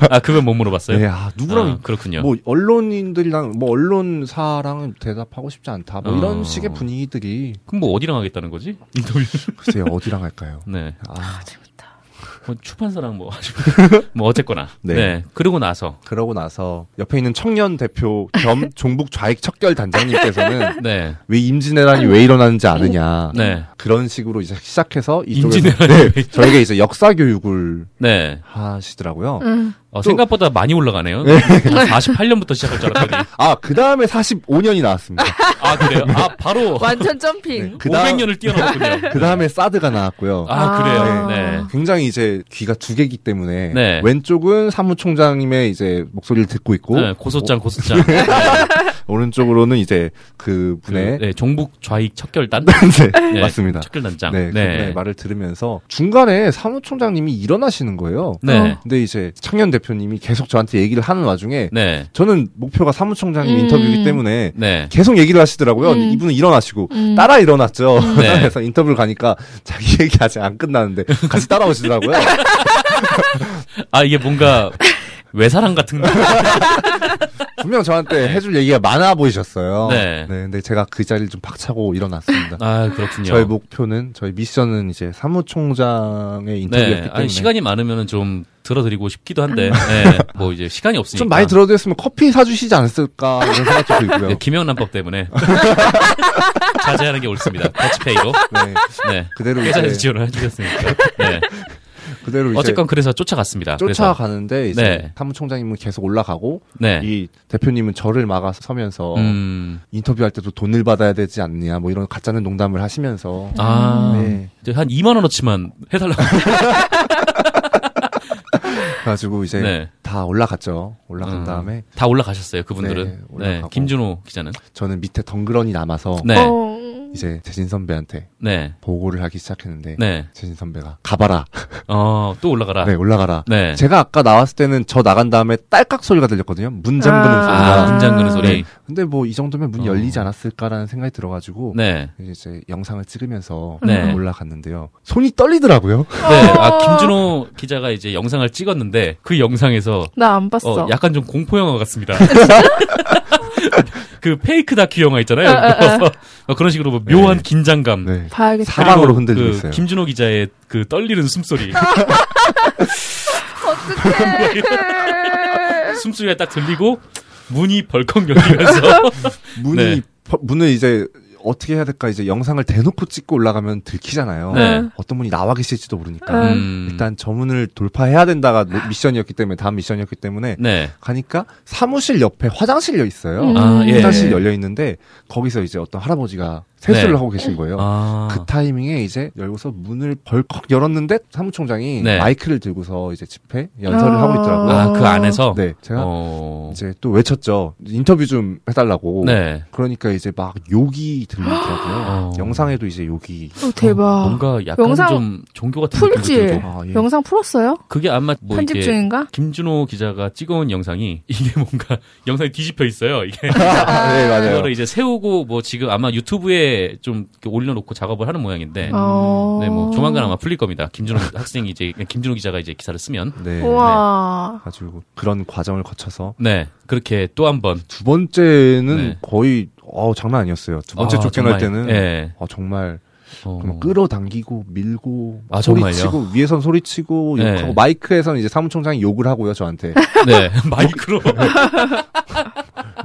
아, 그건 못 물어봤어요?
<laughs> 네, 아, 누구랑
아, 그렇군요.
뭐 언론인들이랑 뭐 언론사랑 대답하고 싶지 않다. 뭐
어.
이런 식의 분위기들이
그럼 뭐 어디랑 하겠다는 거지? 인터뷰.
글쎄요 어디랑
<laughs>
할까요?
네.
아
뭐 출판사랑 뭐,
<laughs>
하시면- 뭐 어쨌거나. 네.
네.
그러고 나서.
그러고 나서 옆에 있는 청년 대표
<laughs>
겸 종북 좌익 척결 단장님께서는
네.
왜 임진왜란이 왜 일어나는지 아느냐
네.
그런 식으로 이제 시작해서 이쪽에서
임진왜란. 네.
저에게 이제 역사 교육을
네.
하시더라고요.
응.
어,
또-
생각보다 많이 올라가네요. 48년부터 시작할 줄 알았더니.
아 그 다음에 45년이 나왔습니다.
아, 그래요? 아, 바로 <laughs>
완전 점핑.
네. 그다음-
500년을 뛰어넘었군요.
<laughs> 그 다음에 사드가 나왔고요.
아, 그래요? 네.
굉장히 이제 귀가 두 개기 때문에
네.
왼쪽은 사무총장님의 이제 목소리를 듣고 있고
네, 고소장, 고소장.
<laughs> 오, 른쪽으로는 이제 그
그,
분의
네, 종북 좌익 척결단.
<laughs> 네,
네,
맞습니다.
척결단장.
네,
네.
그분의 말을 들으면서 중간에 사무총장님이 일어나시는 거예요.
네.
근데 이제 청년 대표님이 계속 저한테 얘기를 하는 와중에
네.
저는 목표가 사무총장님
음.
인터뷰이기 때문에
네.
계속 얘기를 하시더라고요.
음.
이분은 일어나시고
음.
따라 일어났죠.
네.
<laughs> 그래서 인터뷰를 가니까 자기 <laughs>
<laughs>
얘기 아직 안 끝나는데 같이 따라오시더라고요. <laughs>
아, 이게 뭔가 외사랑 같은 거.
분명 저한테 해줄 얘기가 많아 보이셨어요.
네.
근데 제가 그 자리를 좀 박차고 일어났습니다.
아 그렇군요.
저의 목표는 저희 미션은 이제 사무총장의 인터뷰였기
네,
때문에
아니, 시간이 많으면 좀 들어드리고 싶기도 한데, 네, 뭐 이제 시간이 없으니까.
좀 많이 들어드렸으면 커피 사주시지 않았을까 이런
<laughs>
생각도 들고요.
네, 김영란법
<laughs>
때문에 자제하는 게 옳습니다. 터치페이로.
네.
네.
그대로
회사에서
이제
지원을 해주셨으니까. 네.
그대로 이제
어쨌건 그래서 쫓아갔습니다. 그래서,
쫓아가는데 이제
네.
사무총장님은 계속 올라가고
네.
이 어. 대표님은 저를 막아서면서
음,
인터뷰할 때도 돈을 받아야 되지 않냐 뭐 이런 가짜는 농담을 하시면서
아,
네.
이제 한 2만원어치만 해달라고.
그래가지고 이제
네.
다 올라갔죠. 올라간
음.
다음에
다 올라가셨어요, 그분들은.
네,
네,
올라가고.
김준호 기자는.
저는 밑에 덩그러니 남아서
네.
어,
이제 재진 선배한테
네.
보고를 하기 시작했는데
네.
재진 선배가 가봐라.
어, 또 올라가라.
네 올라가라.
네.
제가 아까 나왔을 때는 저 나간 다음에 딸깍 소리가 들렸거든요. 문 잠그는
아. 네.
아,
소리가.
문장 그는 소리.
근데 뭐 이 정도면 문이
어.
열리지 않았을까라는 생각이 들어가지고
네.
이제 영상을 찍으면서
네.
올라갔는데요. 손이 떨리더라고요.
네,
어.
아, 김준호 기자가 이제 영상을 찍었는데, 그 영상에서,
나 안 봤어.
어, 약간 좀 공포영화
<laughs>
같습니다. <laughs> 그 페이크 다큐 영화 있잖아요.
어,
어, 그런 식으로 뭐 묘한
네.
긴장감.
네.
봐야겠다.
사- 사방으로
그리고
흔들리고
그
있어요.
김준호 기자의 그 떨리는
<laughs>
숨소리.
어떡해.
숨소리가 딱 들리고, 문이 벌컥
<laughs>
열리면서.
문이
네.
퍼- 문을 이제 어떻게 해야 될까 이제 영상을 대놓고 찍고 올라가면 들키잖아요.
네.
어떤 분이 나와 계실지도 모르니까
음.
일단 저 문을 돌파해야 된다가 노- 미션이었기 때문에 다음 미션이었기 때문에
네.
가니까 사무실 옆에 화장실이 있어요.
음.
아, 예.
화장실 열려 있는데 거기서 이제 어떤 할아버지가 세수를
네.
하고 계신 거예요.
아.
그 타이밍에 이제 열고서 문을 벌컥 열었는데 사무총장이
네.
마이크를 들고서 이제 집회 연설을
아.
하고 있더라고요.
아, 그 안에서?
네, 제가
어.
이제 또 외쳤죠. 인터뷰 좀 해달라고.
네.
그러니까 이제 막 욕이 들리더라고요.
<gasps> 어.
영상에도 이제 욕이.
어, 대박.
뭐
어, 뭔가 약간
영상
좀 종교 같은
풀지.
느낌도 들고.
아, 예.
영상 풀었어요?
그게 아마 뭐
편집
이게
중인가?
김준호 기자가 찍어온 영상이 <laughs> 이게 뭔가 영상이 뒤집혀 있어요. 이게
네, 맞아요.
그거를 이제 세우고 뭐 지금 아마 유튜브에 좀 이렇게 올려놓고 작업을 하는 모양인데
아.
어.
네, 뭐 조만간 아마 풀릴 겁니다. 김준호 <laughs> 학생이 이제 김준호 기자가 이제 기사를 쓰면
네.
우와.
가지고 그런 과정을 거쳐서
네 그렇게 또 한번
두 번째는
네.
거의 어 장난 아니었어요. 두 번째
아, 정말.
쫓겨날 때는
네.
아, 정말
어,
그럼 끌어당기고 밀고
아,
소리치고 위에선 소리치고
네.
욕하고 마이크에서는 이제 사무총장이 욕을 하고요 저한테
<laughs>
<laughs>
네 마이크로
그러니까.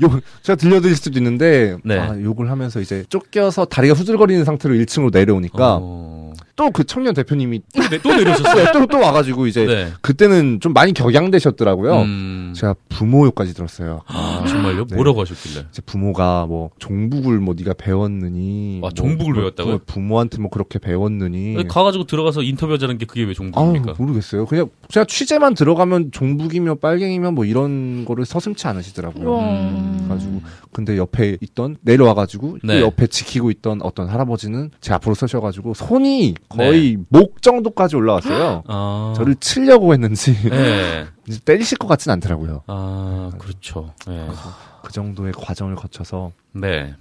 욕 제가 들려드릴 수도 있는데
네.
아, 욕을 하면서 이제 쫓겨서 다리가 후들거리는 상태로 1층으로 내려오니까
어,
또 그 청년 대표님이
네, 또 내려오셨어요.
또, 또 와가지고 이제
네.
그때는 좀 많이 격양되셨더라고요.
음,
제가 부모 욕까지 들었어요.
아, 정말요?
네.
뭐라고 하셨길래?
이제 부모가 뭐 종북을 뭐 네가 배웠느니
아, 종북을 배웠다고요?
부모- 부모한테 뭐 그렇게 배웠느니
가가지고 들어가서 인터뷰하자는 게 그게 왜
네. 아
종교입니까?
모르겠어요. 그냥 그냥 취재만 들어가면 종북이며 빨갱이면 뭐 이런 거를 서슴치 않으시더라고요.
우와.
음.
가지고 근데 옆에 있던 내려와가지고 그
네.
옆에 지키고 있던 어떤 할아버지는 제 앞으로 서셔가지고 손이 거의
네.
목 정도까지 올라왔어요.
아.
저를 치려고 했는지 <laughs>
네.
이제 때리실 것 같진 않더라고요.
아, 그렇죠. 네.
그 정도의 과정을 거쳐서
네.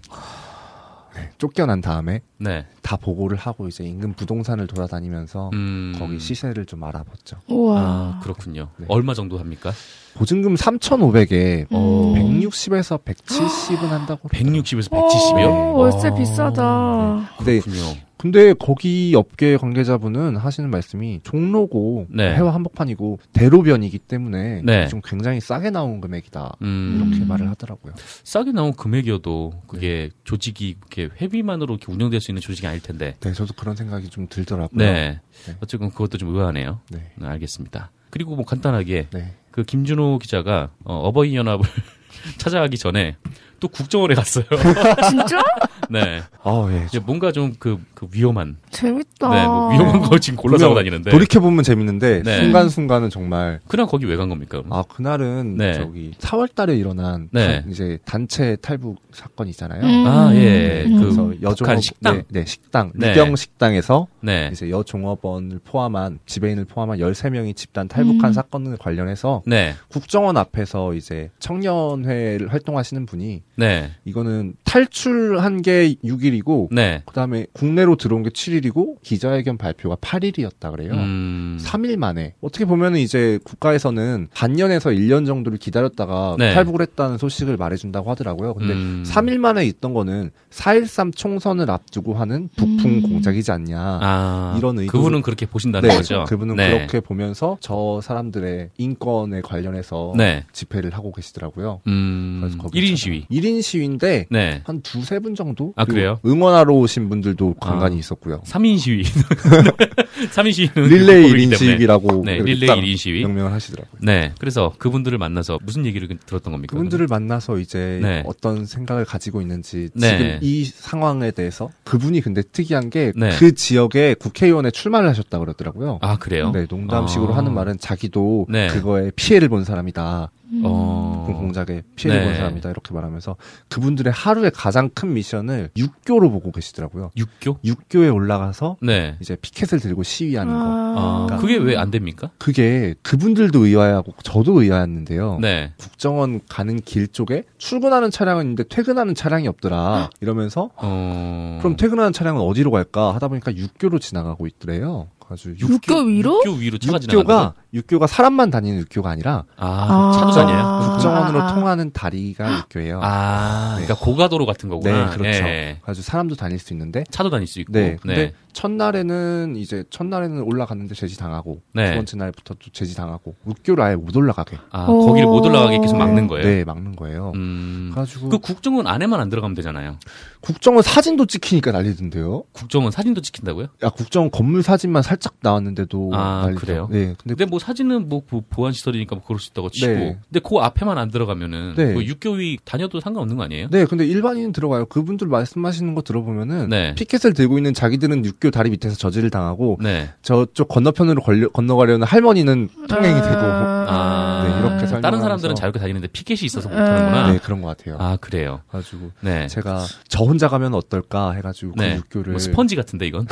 쫓겨난 다음에
네.
다 보고를 하고 이제 인근 부동산을 돌아다니면서
음.
어, 거기 시세를 좀 알아봤죠.
우와.
아, 그렇군요.
네.
얼마 정도 합니까?
보증금 3,500에
음.
어,
160에서 170은
아.
한다고.
160에서
어,
170이요?
월세
아.
비싸다.
근데
그렇군요.
근데 거기 업계 관계자분은 하시는 말씀이 종로고
네.
해와 한복판이고 대로변이기 때문에
네.
좀 굉장히 싸게 나온 금액이다.
음,
이렇게
음.
말을 하더라고요.
싸게 나온 금액이어도 그게 조직이 이렇게 회비만으로 이렇게 운영될 수 있는 조직이 아닐 텐데.
네, 저도 그런 생각이 좀 들더라고요.
네.
네.
어쨌건 그것도 좀 의아하네요.
네.
네, 알겠습니다. 그리고 뭐 간단하게
네.
그 김준호 기자가 어, 버이 연합을 <laughs> 찾아가기 전에 또 국정원에 갔어요. <laughs>
진짜?
<laughs>
네.
아, 예.
이제 뭔가 좀 그 위험한
재밌다.
네, 뭐 위험한 걸 지금 골라서 하고 다니는데
아. 돌이켜 보면 재밌는데
네.
순간순간은 정말
그냥 거기 왜 간 겁니까?
아 그날은
음? 네.
저기 4월달에 일어난
네.
단- 이제 단체 탈북 사건 있잖아요. 네,
음.
아, 예.
음.
그
그래서 여종업
북한 식당?
네, 네, 식당
네.
리경 식당에서
네.
이제 여종업원을 포함한 지배인을 포함한 13명이 집단 탈북한
음.
사건을 관련해서
네.
국정원 앞에서 이제 청년회 를 활동하시는 분이
네.
이거는 탈출한 게 6일이고
네.
그다음에 국내로 들어온 게 7일이고 기자회견 발표가 8일이었다 그래요.
음.
3일 만에 어떻게 보면 이제 국가에서는 반년에서 1년 정도를 기다렸다가
네.
탈북을 했다는 소식을 말해준다고 하더라고요. 근데
음.
3일 만에 있던 거는 4.13 총선을 앞두고 하는 부풍
음.
공작이지 않냐.
아,
이런 의도-
그분은 그렇게 보신다는
네,
거죠.
그분은
네.
그렇게 보면서 저 사람들의 인권에 관련해서
네.
집회를 하고 계시더라고요.
음.
그래서 거기
1인
있잖아요.
시위.
1인 시위인데
네.
한 두세 분 정도?
아,
그
그래요?
응원하러 오신 분들도
아.
간간히 있었고요.
3인 시위. <laughs> 3인 시위는
릴레이
불법이기
1인
때문에.
시위라고
네,
이렇게
릴레이
딱
1인 시위.
명명을 하시더라고요.
네. 그래서 그분들을 만나서 무슨 얘기를 들었던 겁니까?
그분들을 만나서 이제
네.
어떤 생각을 가지고 있는지
네.
지금 이 상황에 대해서 그분이 근데 특이한 게 그
네.
지역에 국회의원에 출마를 하셨다 그러더라고요.
아, 그래요?
네, 농담식으로
아.
하는 말은 자기도
네.
그거에 피해를 본 사람이다.
음.
어.
그 공작에 피해를
네.
본 사람이다. 이렇게 말하면서 그분들의 하루의 가장 큰 미션을 육교로 보고 계시더라고요.
육교?
육교에 올라가서
네.
이제 피켓을 들고 시위하는 거.
아,
그러니까.
그게 왜 안 됩니까?
그게 그분들도 의아해하고 저도 의아했는데요.
네.
국정원 가는 길 쪽에 출근하는 차량은 있는데 퇴근하는 차량이 없더라. 이러면서
어.
그럼 퇴근하는 차량은 어디로 갈까 하다 보니까 육교로 지나가고 있더래요. 아주 육-
육교 위로?
육교 위로 차가 지나가는
육교가 육교가 사람만 다니는 육교가 아니라
거? 아, 차도 다녀요?
아.
국정원으로
아.
통하는 다리가 육교예요.
아,
네.
그러니까 고가도로 같은
네,
거구나.
그렇죠.
예.
아주 사람도 다닐 수 있는데
차도 다닐 수 있고.
네.
네.
근데 첫날에는 이제 첫날에는 올라갔는데 제지 당하고
네.
두 번째 날부터 또 제지 당하고 육교를 아예 못 올라가게
아, 거기를 못 올라가게 계속
어.
막는 거예요.
네, 막는 거예요.
음.
그래가지고
그 국정원 안에만 안 들어가면 되잖아요.
국정원 사진도 찍히니까 난리던데요.
국정원 사진도 찍힌다고요?
야 국정원 건물 사진만 살짝 나왔는데도
아,
난리죠.
그래요?
네, 근데
근데 뭐 사진은 뭐 보- 보안 시설이니까 뭐 그럴 수 있다고 치고.
네.
근데 그 앞에만 안 들어가면은
네.
뭐 육교위 다녀도 상관없는 거 아니에요?
네, 근데 일반인은 들어가요. 그분들 말씀하시는 거 들어보면은
네.
피켓을 들고 있는 자기들은 육교 다리 밑에서 저지를 당하고
네.
저쪽 건너편으로 걸려, 건너가려는 할머니는 통행이 되고 뭐
아,
네, 이렇게 설명을
다른
하면서.
사람들은 자유롭게 다니는데 피켓이 있어서 못 하는구나.
네 그런 것 같아요.
아, 그래요.
가지고
네.
제가 저 혼자 가면 어떨까 해가지고
네.
그 육교를
뭐 스펀지 같은데 이건.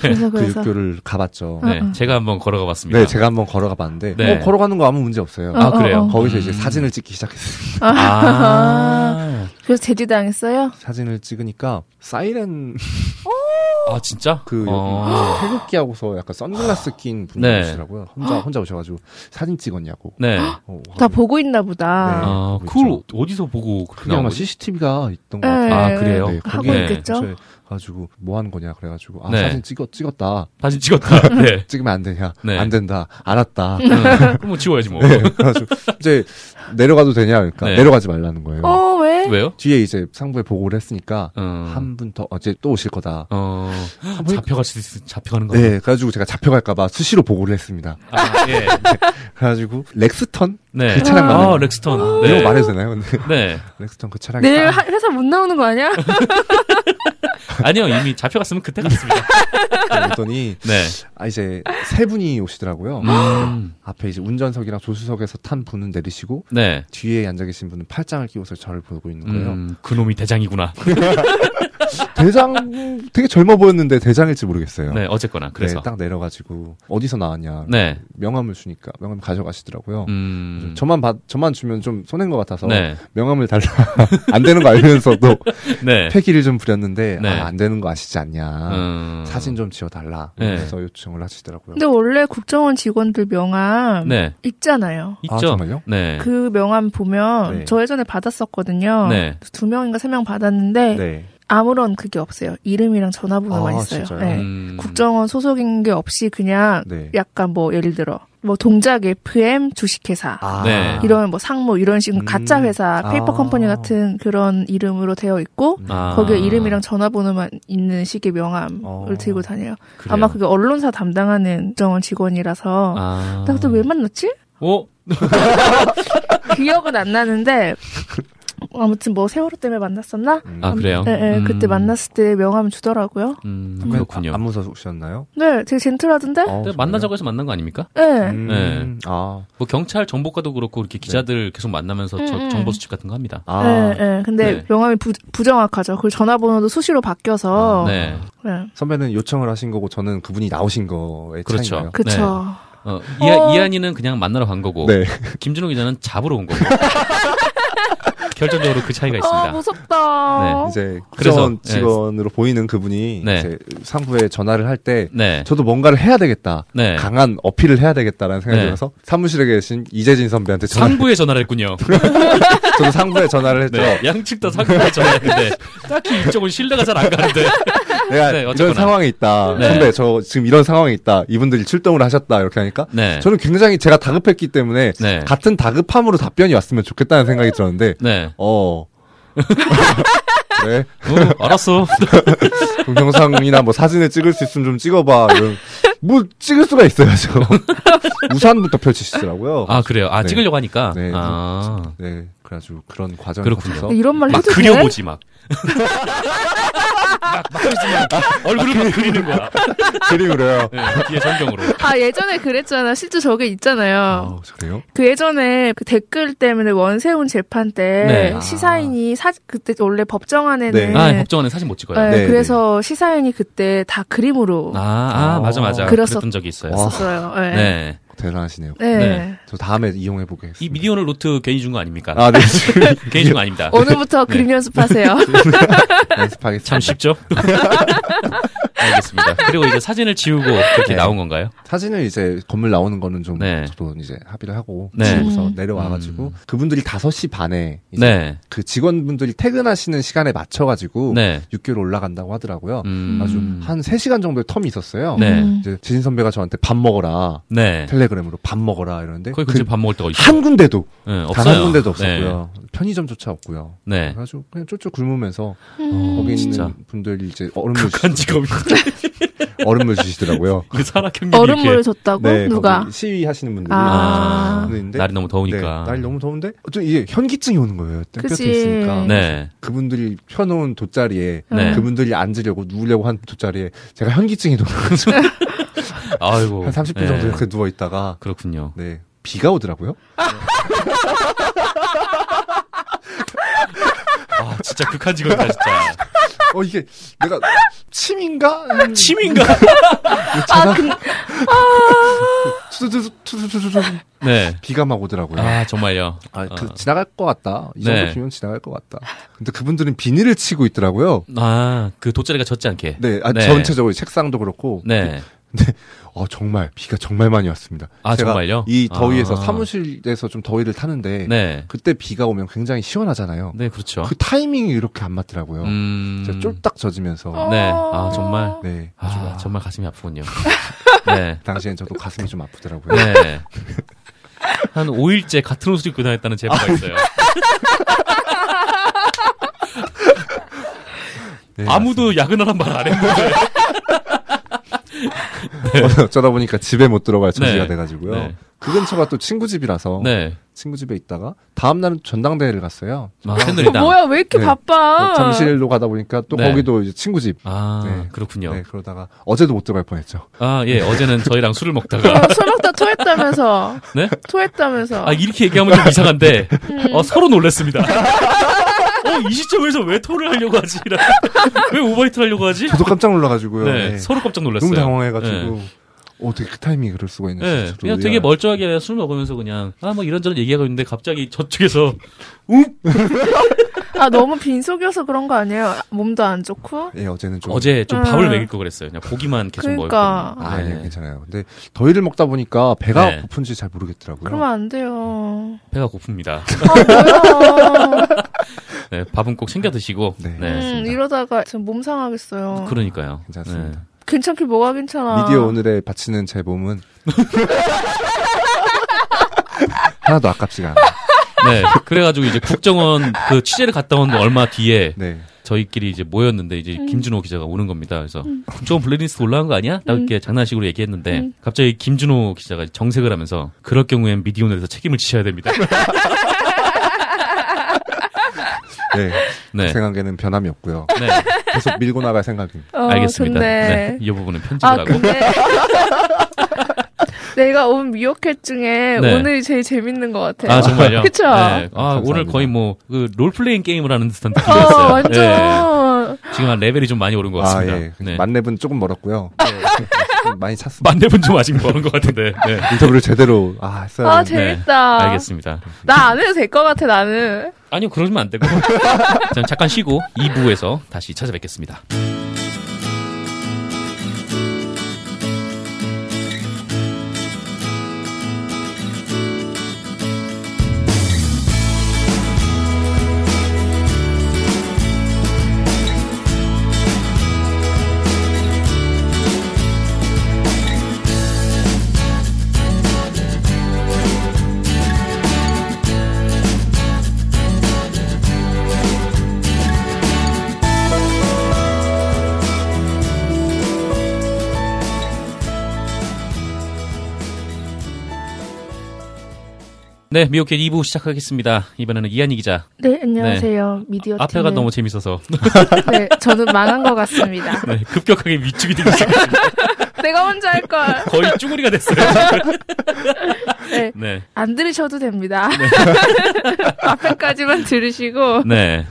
그래서
<laughs> 그
그래서.
육교를 가봤죠.
네.
어,
<laughs>
어.
제가 한번 걸어가 봤습니다.
네, 제가 한번 걸어가 봤는데
네.
뭐 걸어가는 거 아무 문제 없어요.
아,
어, 어,
그래요.
어.
거기서 이제
음.
사진을 찍기 시작했어요.
아.
그래서 제지당했어요?
사진을 찍으니까 사이렌
아, 진짜?
그
어.
여기 <gasps> 태극기 하고서 약간 선글라스 낀 분이
네.
계시더라고요. 혼자 혼자 오셔가지고 사진 찍었냐고.
네.
어,
다 보고 있나 보다.
네.
아,
보이죠.
그걸 어디서 보고 그렇게
그게 아마
나온 거지?
CCTV가 있던 것
예,
같아요.
아,
예.
그래요?
네,
하고
거기에
있겠죠?
그래서 가지고 뭐 하는 거냐 그래가지고 아
네.
사진 찍었 찍었다
사진 찍었다.
음.
네.
찍으면 안 되냐
네.
안 된다 알았다 <laughs> 네.
음, 그럼 뭐 지워야지 뭐.
그래가지고 이제 내려가도 되냐 그러니까
네.
내려가지 말라는 거예요.
어, 왜?
왜요?
뒤에 이제 상부에 보고를 했으니까
음.
한 분 더 어제 또 오실 거다.
어, 잡혀갈 수도 있, 잡혀가는 거.
네, 그래가지고 제가 잡혀갈까봐 수시로 보고를 했습니다.
아, 예.
그래가지고 렉스턴
네.
그 차량
아,
맞나요?
렉스턴.
이런
네.
거 말해도 되나요? 근데
네.
렉스턴 그 차량이
내일
딱-
하- 회사 못 나오는 거
<laughs>
아니야?
아니요, 이미 잡혀갔으면 그때 갔습니다.
그랬더니
<laughs> 네.
아 이제 세 분이 오시더라고요.
음,
앞에 이제 운전석이랑 조수석에서 탄 분은 내리시고
네.
뒤에 앉아 계신 분은 팔짱을 끼고서 저를 보고 있는 거예요.
음, 그놈이 대장이구나.
대장 되게 젊어 보였는데 대장일지 모르겠어요.
네, 어쨌거나. 그래서.
네, 딱 내려가지고 어디서 나왔냐
네.
명함을 주니까 명함 가져가시더라고요.
음.
저만 받 저만 주면 좀 손해인 것 같아서
네.
명함을 달라 <laughs> 안 되는 거 알면서도
네.
<laughs> 패기를 좀 부렸는데
네.
아, 안 되는 거 아시지 않냐
음.
사진 좀 지어달라
네.
그래서 요청을 하시더라고요.
근데 원래 국정원 직원들 명함
네.
있잖아요.
있죠.
아 정말요?
네.
그 명함 보면
네.
저 예전에 받았었거든요.
네.
두 명인가 세 명 받았는데
네.
아무런 그게 없어요. 이름이랑 전화번호만
아,
있어요.
진짜요?
네.
음.
국정원 소속인 게 없이 그냥
네.
약간 뭐 예를 들어 뭐 동작 FM 주식회사
아,
네.
이런 뭐 상무 이런 식으로
음.
가짜 회사 페이퍼
아.
컴퍼니 같은 그런 이름으로 되어 있고
아.
거기에 이름이랑 전화번호만 있는 식의 명함을
어.
들고 다녀요.
그래요.
아마 그게 언론사 담당하는 국정원 직원이라서
아.
나 그때 왜 만났지?
어?
기억은 안 나는데 아무튼 뭐 세월호 때문에 만났었나?
음.
아, 그래요?
네, 네, 그때
음.
만났을 때 명함 주더라고요.
음,
그러면
그렇군요.
아- 안 무서우셨나요?
네, 되게 젠틀하던데.
어,
근데
정말요?
만나자고 해서 만난 거 아닙니까?
네.
음,
네.
아,
뭐 경찰 정보과도 그렇고 이렇게 기자들 계속 만나면서 저-
음, 음.
정보 수집 같은 거 합니다.
아,
네, 네. 근데
네.
명함이 부, 부정확하죠. 그 전화번호도 수시로 바뀌어서. 네.
네.
선배는 요청을 하신 거고 저는 그분이 나오신 거의
그렇죠.
차이인가요?
그쵸.
어, 이하,
어. 네.
이한이는 그냥 만나러 간 거고 <laughs>
네.
김준호 기자는 잡으러 온 거고 결정적으로 그 차이가
아,
있습니다. 네.
무섭다.
이제
그래서,
국정원 직원으로 보이는 그분이
네.
이제 상부에 전화를 할 때
네.
저도 뭔가를 해야 되겠다.
네.
강한 어필을 해야 되겠다라는 생각이
네.
들어서 사무실에 계신 이재진 선배한테 전화
상부에 전화를 했군요.
<laughs> 저도 상부에 전화를 했죠.
네, 양측 다 상부에 <laughs> 전화했는데 딱히 이쪽은 신뢰가 잘 안 가는데.
내가
네,
이런
어쨌거나.
상황에 있다.
네.
선배 저 지금 이런 상황에 있다. 이분들이 출동을 하셨다. 이렇게 하니까
네.
저는 굉장히 제가 다급했기 때문에
네.
같은 다급함으로 답변이 왔으면 좋겠다는 생각이 들었는데
네.
어. <laughs> 네.
어, 알았어.
동영상이나 뭐 사진을 찍을 수 있으면 좀 찍어봐. 이런. 뭐 찍을 수가 있어요, 저. <laughs> 우산부터 펼치시더라고요.
아 그래요. 아
네.
찍으려고 하니까.
네.
아
네. 그래가지고 그런 과정이
그렇군요.
있어서
근데 이런 말
막
해도
그려보지 막. 막, 막 그리지 마. 얼굴을 막 그리는 거야.
그림으로요.
네, 뒤에 전경으로.
돼? 아 예전에 그랬잖아. 실제 저게
어.
있잖아요.
아, 그래요?
그 예전에 그 댓글 때문에 원세훈 재판 때
네. 아.
시사인이 사 그때 원래 법정안에는
네.
아 법정원에 사진 못 찍어요.
네,
네,
그래서 시사인이 그때 다 그림으로
아, 아 맞아 맞아.
그래서-
그랬던 적이 있어요.
와.
썼어요. 네. 네.
네.
대단하시네요.
네.
저 다음에 이용해보겠습니다.
이 미디어널 로트 괜히 준 거 아닙니까?
아, 네. <laughs> 지금
<laughs> 괜히 준 거 아닙니다.
오늘부터
네.
그림 연습하세요.
연습하겠습니다.
<laughs> 참 쉽죠? <laughs> 알겠습니다. 그리고 이제 사진을 지우고 그렇게
네.
나온 건가요?
사진을 이제 건물 나오는 거는 좀
네.
저도 이제 합의를 하고
네.
지우고서
음.
내려와가지고
음.
그분들이 5시 반에 이제
네.
그 직원분들이 퇴근하시는 시간에 맞춰가지고
네.
6개월 올라간다고 하더라고요.
음.
아주 한 3시간 정도의 텀이 있었어요.
<laughs> 네.
음.
이제 지진 선배가 저한테 밥 먹어라.
네.
텔레그램으로 밥 먹어라 이러는데
거기
그
근처에 밥 먹을 데가 있어요.
한 군데도
네,
단
없어요.
한 군데도 없었고요. 편의점조차 없고요.
네. 네.
그래가지고 그냥 쫄쫄 굶으면서
음,
거기 있는
진짜.
분들 이제 얼음물
<laughs> 극한 직업이
주시- 얼음물 주시더라고요.
그 살아 경력이
얼음물을 줬다고
네,
누가? 어,
거기 시위하시는 분들이
아.
있는데
날이 너무
네,
더우니까.
날이 너무 더운데 좀 이게 현기증이 오는 거예요. 땡볕에
그치.
있으니까.
네.
그분들이 펴놓은 돗자리에
네.
그분들이 앉으려고 누우려고 한 돗자리에 제가 현기증이 돌아가지고
아이고.
한 30분 정도
네.
이렇게 누워 있다가
그렇군요.
네 비가 오더라고요.
아, 진짜 극한 직업이다,
<laughs>
진짜.
어 이게 내가 침인가?
침인가?
자다 투두두두두두두
네.
비가 막 오더라고요.
아, 정말요.
아, 그
어.
지나갈 것 같다. 이 정도
네.
비면 지나갈 것 같다. 근데 그분들은 비닐을 치고 있더라고요.
아, 그 돗자리가 젖지 않게.
네, 아,
네.
전체적으로 책상도 그렇고.
네.
어 정말 비가 정말 많이 왔습니다.
아,
제가
정말요?
이 더위에서
아.
사무실에서 좀 더위를 타는데
네.
그때 비가 오면 굉장히 시원하잖아요.
네, 그렇죠.
그 타이밍이 이렇게 안 맞더라고요.
음.
제가 쫄딱 젖으면서
네. 아, 정말.
네. 그
아, 정말 가슴이
<laughs>
아프군요. 네.
당시엔 저도 가슴이 좀 아프더라고요.
네. <laughs> 한 5일째 같은 옷을 입고 다녔다는
아,
제보가 있어요.
네,
아무도 야근하란 말 안
<laughs>
했는데.
맞습니다. 어쩌다 보니까 집에 못 들어갈 처지가
네.
돼가지고요.
네.
그 근처가 또 친구 집이라서
네.
친구 집에 있다가 다음 날은 전당대회를 갔어요.
아,
어,
새누리당.
뭐야 왜 이렇게
네.
바빠?
잠실로 가다 보니까 또
네.
거기도 이제 친구 집.
아,
네.
그렇군요.
네, 그러다가 어제도 못 들어갈 뻔했죠.
아,
<laughs>
예. 어제는 저희랑 술을 먹다가.
술 먹다 토했다면서.
네?
토했다면서.
아, 이렇게 얘기하면 좀 이상한데.
음.
어, 서로 놀랬습니다. <laughs> 어, 이 시점에서 왜 토를 하려고 하지? <laughs> 왜 오바이트를 하려고 하지?
저도 깜짝 놀라가지고요.
네.
네.
서로 깜짝 놀랐어요.
너무 당황해가지고
네.
어떻게 그 타이밍이 그럴 수가 있나
네,
진짜 저도
그냥 되게
이해가-
멀쩡하게 술 먹으면서 그냥 아 뭐 이런저런 얘기하고 있는데 갑자기 저쪽에서
아, 너무 빈속이어서 그런 거 아니에요? 몸도 안 좋고?
예 어제는 좀
어제 좀
음.
밥을 먹일 걸 그랬어요. 그냥 고기만 계속
그러니까.
먹었거든요. 네.
아 아니요 괜찮아요 근데 더위를 먹다 보니까 배가
네.
고픈지 잘 모르겠더라고요
그러면 안 돼요.
배가 고픕니다.
아, 뭐야.
네, 밥은 꼭 챙겨 드시고.
네.
네. 아,
음,
알겠습니다.
이러다가 지금 몸 상하겠어요.
그러니까요.
괜찮습니다.
네.
괜찮길 뭐가 괜찮아.
미디어 오늘에 바치는 제 몸은 <laughs> 하나도 아깝지가 않아요
네, 그래가지고 이제 국정원 그 취재를 갔다 온 얼마 뒤에
네
저희끼리 이제 모였는데 이제
음.
김준호 기자가 오는 겁니다. 그래서 국정원 블랙리스트 올라간 거 아니야?
음.
라고 이렇게 장난식으로 얘기했는데 갑자기 김준호 기자가 정색을 하면서 그럴 경우엔 미디어널에서 책임을 지셔야 됩니다.
네.
네.
생각에는 변함이 없고요
네.
계속 밀고 나갈 생각입니다
어,
알겠습니다.
근데...
네. 이 부분은 편집을
아,
하고.
근데. <laughs> 내가 온 미어캣 중에
네.
오늘이 제일 재밌는 것 같아요.
아 정말요?
<laughs> 그쵸?
네. 아
감사합니다.
오늘 거의 뭐 그 롤플레잉 게임을 하는 듯한 느낌이었어요. 네.
어, 완전.
예. 지금 한 레벨이 좀 많이 오른 것 같습니다.
아, 아예
네.
만렙은 조금 멀었고요 좀 <laughs> 많이 찼습니다.
만렙은 좀 아직 멀은 것 같은데. 네.
인터뷰를 제대로 아 했어요.
아, 재밌다.
알겠습니다.
나 안 해도 될 것 같아, 나는.
아니요, 그러시면 안 <laughs> 되고. 자, 잠깐 쉬고 2부에서 다시 찾아뵙겠습니다. 네, 미오캣 2부 시작하겠습니다. 이번에는 이한희 기자.
네, 안녕하세요. 미디어
앞에가
팀의-
너무 재밌어서
네, 저는 망한 것
<laughs>
같습니다.
네, 급격하게 위축이 되기 시작.
내가 먼저 할 걸.
거의 쭈구리가 됐어요.
네,
네.
안 들으셔도 됩니다. <laughs> 앞에까지만 들으시고.
네.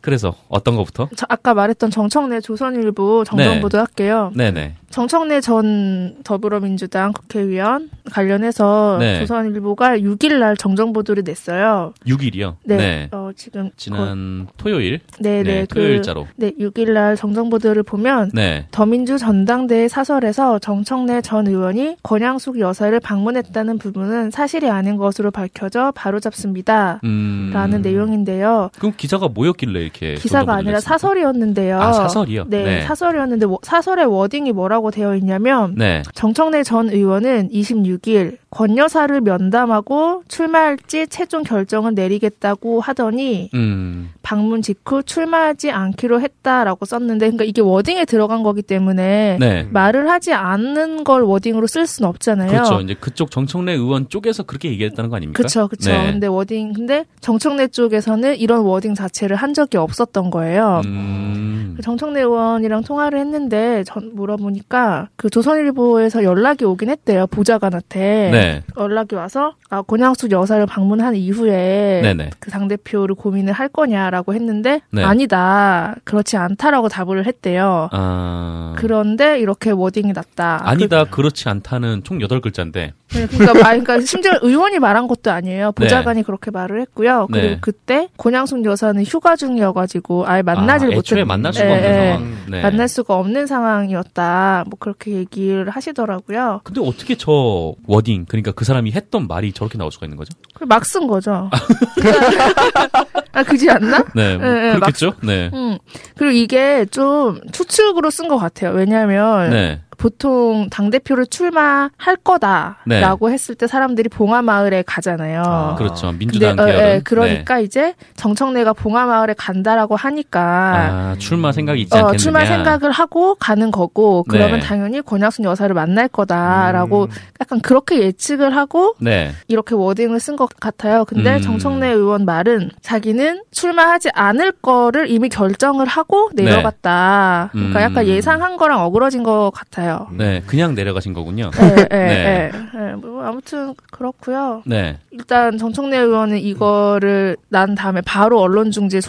그래서 어떤 거부터?
저 아까 말했던 정청래 조선일보
네.
정정보도 할게요.
네네.
정청래 전 더불어민주당 국회의원 관련해서
네.
조선일보가 6일날 정정보도를 냈어요.
6일이요.
네.
네.
어, 지금 거-
지난 토요일.
네,
네,
네,
토요일자로.
그, 네, 6일날 정정보도를 보면
네.
더민주 전당대회 사설에서 정청래 전 의원이 권양숙 여사를 방문했다는 부분은 사실이 아닌 것으로 밝혀져 바로잡습니다.
음.
라는 내용인데요.
그럼 기사가 뭐였길래 이렇게 네,
기사가
정정보도를
아니라
냈습니까?
사설이었는데요.
아, 사설이요?
네,
네.
사설이었는데 워- 사설의 워딩이 뭐라고 되어 있냐면
네.
정청래 전 의원은 26일 권 여사를 면담하고 출마할지 최종 결정은 내리겠다고 하더니
음.
방문 직후 출마하지 않기로 했다라고 썼는데 그러니까 이게 워딩에 들어간 거기 때문에
네.
말을 하지 않는 걸 워딩으로 쓸 수는 없잖아요.
그렇죠. 이제 그쪽 정청래 의원 쪽에서 그렇게 얘기했다는 거 아닙니까?
그렇죠, 그렇죠.
네.
근데 워딩, 근데 정청래 쪽에서는 이런 워딩 자체를 한 적이 없었던 거예요.
음.
그 정청래 의원이랑 통화를 했는데 전 물어보니까 그 조선일보에서 연락이 오긴 했대요 보좌관한테
네.
연락이 와서 아 권양숙 여사를 방문한 이후에
네네.
그 당 대표를 고민을 할 거냐라고 했는데
네.
아니다 그렇지 않다라고 답을 했대요.
아.
그런데 이렇게 워딩이 났다.
아니다, 그... 렇지 않다는 총 8글자인데.
네, 그러니까, 아, 그러니까 심지어 의원이 말한 것도 아니에요. 보좌관이 그렇게 말을 했고요. 그리고
네.
그때 권양숙 여사는 휴가 중이어가지고 아예 만나질
아, 애초에
못했
만날 수가
예,
없는
예.
상황. 네.
만날 수가 없는 상황이었다. 뭐 그렇게 얘기를 하시더라고요.
근데 어떻게 저 워딩, 그러니까 그 사람이 했던 말이 저렇게 나올 수가 있는 거죠?
막 쓴 거죠. 그러니까- 아 그지 않나?
네, 뭐
예, 예,
그렇겠죠? 네.
음. 그리고 이게 좀 추측으로 쓴 것 같아요. 왜냐하면
네.
보통 당 대표를 출마할 거다라고 했을 때 사람들이 봉화마을에 가잖아요.
아,
네. 그렇죠. 민주당
어,
계열은.
예, 그러니까 이제 정청래가 봉화마을에 간다라고
네.
하니까
아, 출마 생각이 있지
어,
않겠느냐.
출마 생각을 하고 가는 거고 그러면
네.
당연히 권양순 여사를 만날 아, 거다라고
음.
약간 그렇게 예측을 하고
네.
이렇게 워딩을 쓴 것 같아요. 근데
음.
정청래 의원 말은 자기는 출마하지 않을 거를 이미 결정을 하고 내려갔다.
네.
그러니까
음.
약간 예상한 거랑 어그러진 것 같아요.
네. 그냥 내려가신 거군요. <laughs>
예, 예,
네.
예. 예, 뭐 아무튼 그렇고요.
네.
일단 정청래 의원은 이거를 난 다음에 바로 언론중재에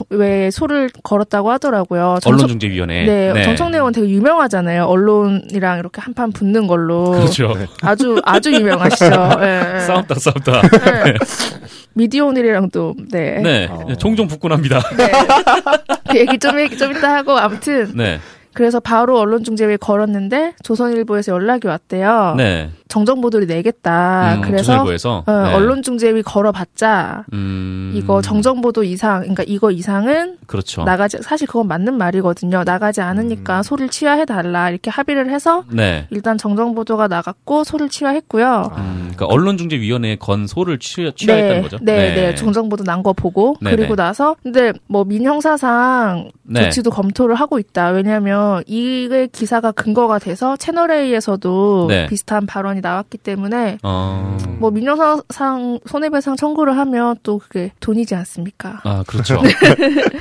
소를 걸었다고 하더라고요. 정청-
언론중재위원회.
네, 정청래 의원 되게 유명하잖아요. 언론이랑 이렇게 한판 붙는 걸로
그렇죠.
아주 아주
<laughs>
유명하시죠. 예, 예.
싸웠다, 싸웠다.
네. 미디어 오늘이랑도 네.
네.
어.
종종 붙고
<laughs>
납니다.
네. 그 얘기 좀 얘기 좀 이따 하고 아무튼
네.
그래서 바로 언론중재위에 걸었는데 조선일보에서 연락이 왔대요.
네.
정정 보도를 내겠다.
음,
어. 아, 그래서
조선일보에서.
어,
네.
언론중재위 걸어봤자
음.
이거 정정 보도 이상 그러니까 이거 이상은
그렇죠.
나가지 사실 그건 맞는 말이거든요. 나가지 않으니까
음.
소를 취하해 달라 이렇게 합의를 해서
네.
일단 정정 보도가 나갔고 소를 취하했고요.
음, 그러니까 언론중재위원회에 건 소를 취하, 취하했다는 거죠?
네, 네, 종정보도 난 거 보고
네,
그리고
네.
나서 근데 뭐 민형사상
네.
조치도 검토를 하고 있다. 왜냐하면 이게 기사가 근거가 돼서 채널 A에서도
네.
비슷한 발언이 나왔기 때문에
어.
뭐 민영사상 손해배상 청구를 하면 또 그게 돈이지 않습니까?
아,
<laughs>
그렇죠.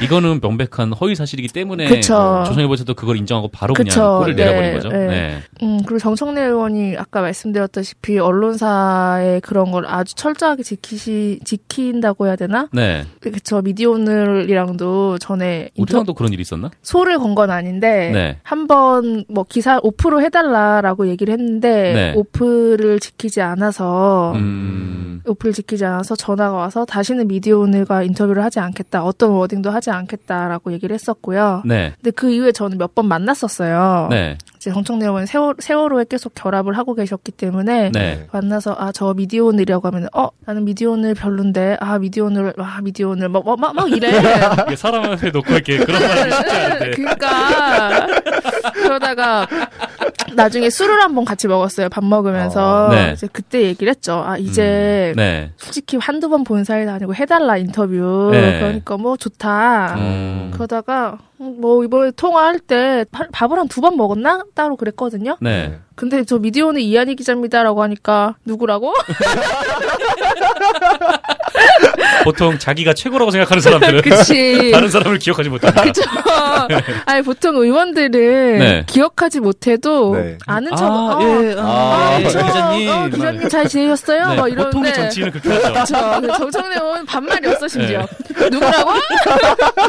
이거는 명백한 허위 사실이기 때문에
그쵸.
네. 조선일보에서도 그걸 인정하고 바로 그냥
그쵸.
골을
네,
내려버린 거죠.
네.
네.
음, 그리고 정청래 의원이 아까 말씀드렸다시피 언론사의 그런 걸 아주 철저하게 지키시 지킨다고 해야 되나?
네.
그쵸 미디오늘이랑도 전에 인터-
오태양도 그런 일이 있었나?
소를 건 건 아닌데
네.
한 번 뭐 기사 오프로 해달라라고 얘기를 했는데
네.
오프를 지키지 않아서
음.
오프를 지키지 않아서 전화가 와서 다시는 미디어오늘과 인터뷰를 하지 않겠다 어떤 워딩도 하지 않겠다라고 얘기를 했었고요.
네.
근데 그 이후에 저는 몇 번 만났었어요.
네.
이제 정청래 의원 세월, 세월호에 계속 결합을 하고 계셨기 때문에
네.
만나서 아 저 미디어오늘이라고 하면 어 나는 미디어오늘 별론데 아 미디어오늘 아 미디어오늘 막막 막, 막 이래
<laughs> 이게 사람 앞에 놓고 이렇게
<laughs>
그런
네.
말이 쉽지 않은데.
그러니까 그러다가 나중에 술을 한번 같이 먹었어요. 밥 먹으면서
어, 네.
이제 그때 얘기를 했죠. 아 이제
네.
솔직히 한두 번 본 사이도 아니고 해달라 인터뷰.
네.
그러니까 뭐 좋다.
음.
그러다가 음, 뭐 이번에 통화할 때 밥- 밥을 한 두 번 먹었나 따로 그랬거든요.
네.
근데 저 미디어는 이한희 기자입니다라고 하니까 누구라고? <laughs>
보통 자기가 최고라고 생각하는 사람들은
<laughs> 그치.
다른 사람을 기억하지 못한다. <laughs>
그죠. 아니 보통 의원들은
네.
기억하지 못해도
네.
아는 척. 어,
아,
예,
저
기자님.
어, 기자님 잘 지내셨어요?
네, 보통의
막뭐 이러는데.
정치인은 그렇게
<laughs>
하죠.
그쵸. 정청래 의원 반말이었어, 심지어. 누구라고?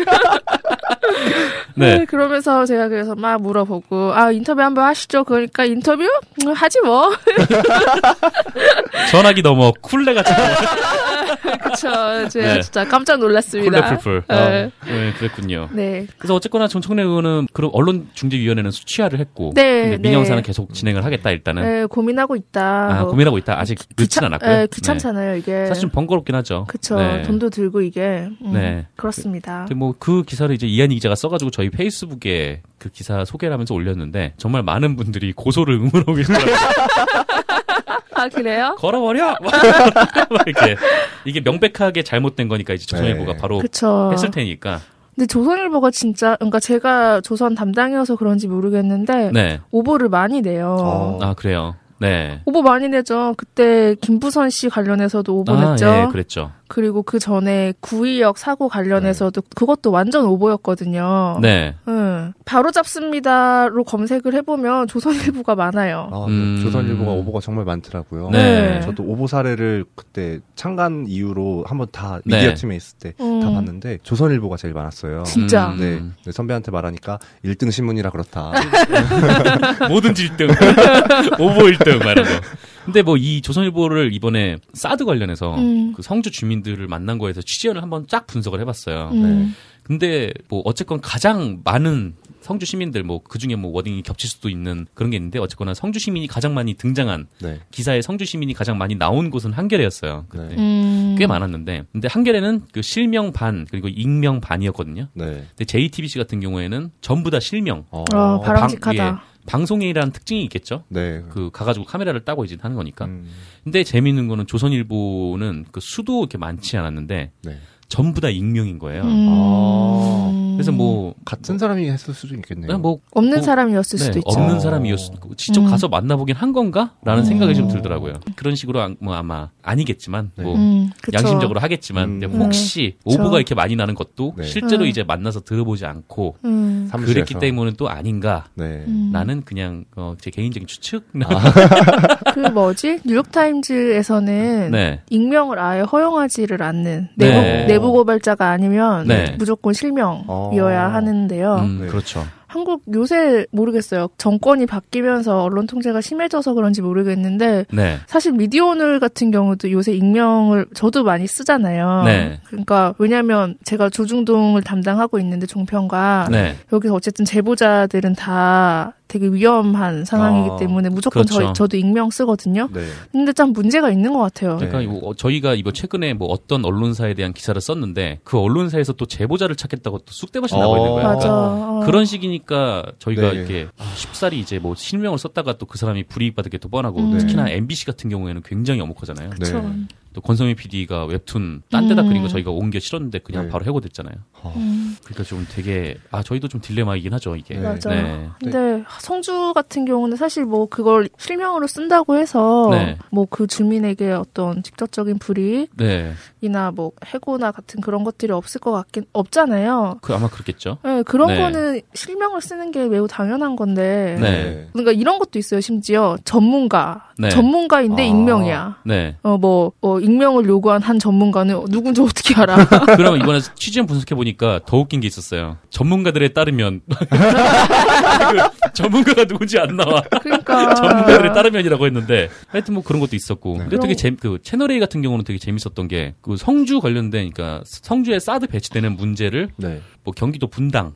<laughs> 네.
네, 그러면서 제가 그래서 막 물어보고, 아, 인터뷰 한번 하시죠. 그러니까 인터뷰? 음, 하지 뭐. <laughs> 네.
전화기 넘어 쿨레 같은 거.
그쵸. 제가
네.
진짜 깜짝
쿨레
놀랐습니다.
풀풀.
네.
어, 네, 그랬군요.
네.
그래서 어쨌거나 정청래 의원은 그럼 언론중재위원회는 수취하를 했고
네,
근데
네.
민영사는 계속 진행을 하겠다 일단은
네, 고민하고 있다.
아,
뭐
고민하고 있다 아직 늦진 않았고요.
네, 귀찮잖아요, 이게.
네. 사실 좀 번거롭긴 하죠.
그쵸.
네.
돈도 들고 이게. 음,
네.
그렇습니다.
뭐 그 기사를 이제 이한희 기자가 써가지고 저희 페이스북에 그 기사 소개를 하면서 올렸는데 정말 많은 분들이 고소를 <laughs> 응원하고 계시더라고요.
아, 그래요?
걸어버려! <laughs> 막 이렇게 이게 명백하게 잘못된 거니까 이제 조선일보가
네.
바로
그쵸.
했을 테니까
근데 조선일보가 진짜, 그러니까 제가 조선 담당이어서 그런지 모르겠는데,
네.
오보를 많이 내요.
어.
아 그래요. 네.
오보 많이 내죠. 그때 김부선 씨 관련해서도 오보냈죠.
아, 예, 그랬죠.
그리고 그 전에 구의역 사고 관련해서도 그것도 완전 오보였거든요.
네.
응. 바로 잡습니다로 검색을 해보면 조선일보가 많아요.
아,
음.
네. 조선일보가 오보가 정말 많더라고요.
네.
저도 오보 사례를 그때 창간 이후로 한번 다
네.
미디어 팀에 있을 때 다
음.
봤는데 조선일보가 제일 많았어요.
진짜.
음,
네. 근데 선배한테 말하니까 1등
<laughs>
신문이라 그렇다.
모든 질등. <laughs> 오보 일등 말하고. 근데 뭐 이 조선일보를 이번에 사드 관련해서
음.
그 성주 주민들을 만난 거에서 취재원을 한번 쫙 분석을 해봤어요.
음.
근데 뭐 어쨌건 가장 많은 성주 시민들 뭐 그중에 뭐 워딩이 겹칠 수도 있는 그런 게 있는데 어쨌거나 성주 시민이 가장 많이 등장한
네.
기사에 성주 시민이 가장 많이 나온 곳은 한겨레였어요. 그때. 네.
음.
꽤 많았는데 근데 한겨레는 그 실명 반 그리고 익명 반이었거든요.
네.
근데 JTBC 같은 경우에는 전부 다 실명.
어,
어,
바람-
바람직하다.
방- 방송이라는 특징이 있겠죠.
네.
그 가가지고 카메라를 따고 이제 하는 거니까.
음,
근데 재미있는 거는 조선일보는 그 수도 이렇게 많지 않았는데
네.
전부 다 익명인 거예요.
음.
아.
그래서 뭐
같은 사람이 했을 수도 있겠네요.
그냥 뭐
없는
뭐-
사람이었을
네,
수도 있죠.
없는
어.
사람이었고 직접
음.
가서 만나보긴 한 건가라는 생각이 좀
음.
들더라고요. 그런 식으로 안- 뭐 아마 아니겠지만
네.
뭐
음, 그쵸. 네.
양심적으로 하겠지만
음.
근데 혹시 오보가
그쵸.
이렇게 많이 나는 것도
네.
실제로
음.
이제 만나서 들어보지 않고
음.
사무실에서.
그랬기 때문에 또 아닌가.
네.
음.
나는 그냥 어, 제 개인적인 추측.
아.
<laughs>
그 뭐지? 뉴욕타임즈에서는
네.
익명을 아예 허용하지를 않는
네.
내부, 내부 고발자가 아니면
네.
무조건 실명이어야
어.
하는데요.
음,
네.
그렇죠.
한국 요새 모르겠어요. 정권이 바뀌면서 언론 통제가 심해져서 그런지 모르겠는데
네.
사실 미디어오늘 같은 경우도 요새 익명을 저도 많이 쓰잖아요.
네.
그러니까 왜냐하면 제가 조중동을 담당하고 있는데 종편과
네.
여기서 어쨌든 제보자들은 다 되게 위험한 상황이기
아,
때문에 무조건
그렇죠.
저, 저도 익명 쓰거든요.
네.
근데 참 문제가 있는 것 같아요.
네.
그러니까 이거 어, 저희가 이거 최근에 뭐 어떤 언론사에 대한 기사를 썼는데 그 언론사에서 또 제보자를 찾겠다고 또 쑥대밭이 나와 있는
어.
거예요.
맞아.
그러니까
어.
그런 식이니까 저희가
네.
이렇게 아, 쉽사리 이제 뭐 실명을 썼다가 또 그 사람이 불이익 받을 게 또 뻔하고
음.
특히나 MBC 같은 경우에는 굉장히 어묵하잖아요.
네.
그쵸.
또 권성희 PD가 웹툰 딴 데다
음.
그린 거 저희가 옮겨 실었는데 그냥
네.
바로 해고됐잖아요.
음,
그러니까 좀 되게 아 저희도 좀 딜레마이긴 하죠 이게.
네.
맞아요. 근데 성주 같은 경우는 사실 뭐 그걸 실명으로 쓴다고 해서
네.
뭐 그 주민에게 어떤 직접적인 불이익이나
네.
뭐 해고나 같은 그런 것들이 없을 것 같긴 없잖아요.
그 아마 그렇겠죠.
네, 그런
네.
거는 실명을 쓰는 게 매우 당연한 건데
네.
그러니까 이런 것도 있어요. 심지어 전문가
네.
전문가인데
아.
익명이야.
네.
어 뭐 어, 익명을 요구한 한 전문가는 누군지 어떻게 알아?
그러면 이번에 <laughs> 취재 분석해 보니까 더 웃긴 게 있었어요. 전문가들에 따르면 <laughs> 그 전문가가 누군지 안 나와.
그러니까
전문가들에 따르면이라고 했는데 하여튼 뭐 그런 것도 있었고
네.
근데 되게 재그 채널 A 같은 경우는 되게 재밌었던 게 그 성주 관련된 그러니까 성주에 사드 배치되는 문제를
네.
뭐 경기도 분당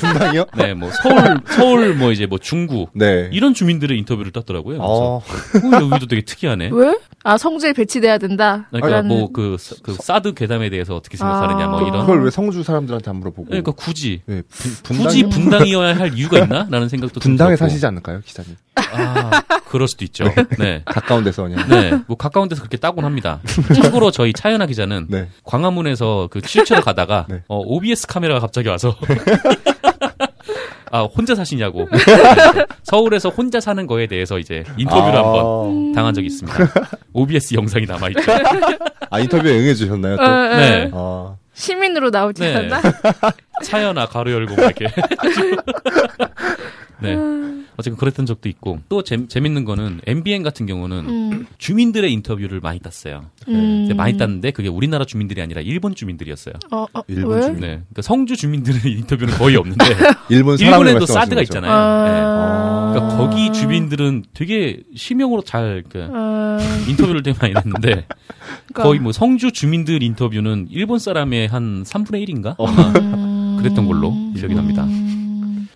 분당이요?
네 뭐 서울 서울 뭐 이제 뭐 중구
네.
이런 주민들의 인터뷰를 땄더라고요. 그래서
어,
어, 여기도 되게 특이하네.
왜? 아 성주에 배치돼야 된다.
그러니까
라는-
뭐 그 사드 괴담에 대해서 어떻게 생각하느냐 뭐 이런
그걸 왜 성주 사람들한테 안 물어보고?
그러니까 굳이
네, 분,
굳이
분당이
분당이어야 할 이유가 있나라는 생각도 좀
분당에
들었고.
사시지 않을까요, 기자님?
아, 그럴 수도 있죠. 네.
가까운 데서 그냥.
네, 뭐 가까운 데서 그렇게 따곤 합니다. 참고로 저희 차연아 기자는
네.
광화문에서 그 취재로 가다가
네.
어, OBS 카메라가 갑자기 와서 <laughs> 아 혼자 사시냐고 네. 서울에서 혼자 사는 거에 대해서 이제 인터뷰를
아,
한번 당한 적이
<laughs>
있습니다. OBS 영상이 남아 있죠.
아 인터뷰에 응해주셨나요? 또?
에, 에.
네.
아,
어, 시민으로 나오지
네.
않나?
<laughs> 차연아 가로 열고 막 이렇게. <laughs> 네. 어쨌든 그랬던 적도 있고 또 재, 재밌는 거는 MBN 같은 경우는
음,
주민들의 인터뷰를 많이 땄어요.
음.
근데 네. 많이 땄는데 그게 우리나라 주민들이 아니라 일본 주민들이었어요.
어, 어,
일본
왜?
주민.
네. 그러니까 성주 주민들의 <laughs> 인터뷰는 거의 없는데
일본 <laughs> 사람을
일본에도
말씀하시는
사드가
거죠.
있잖아요. 네.
아.
그러니까 거기 주민들은 되게 실명으로 잘 그,
아,
인터뷰를 되게 많이 했는데
그러니까,
거의 뭐 성주 주민들 인터뷰는 일본 사람의 한 3분의 1인가?
어,
음,
그랬던 걸로 기억이 납니다.
음,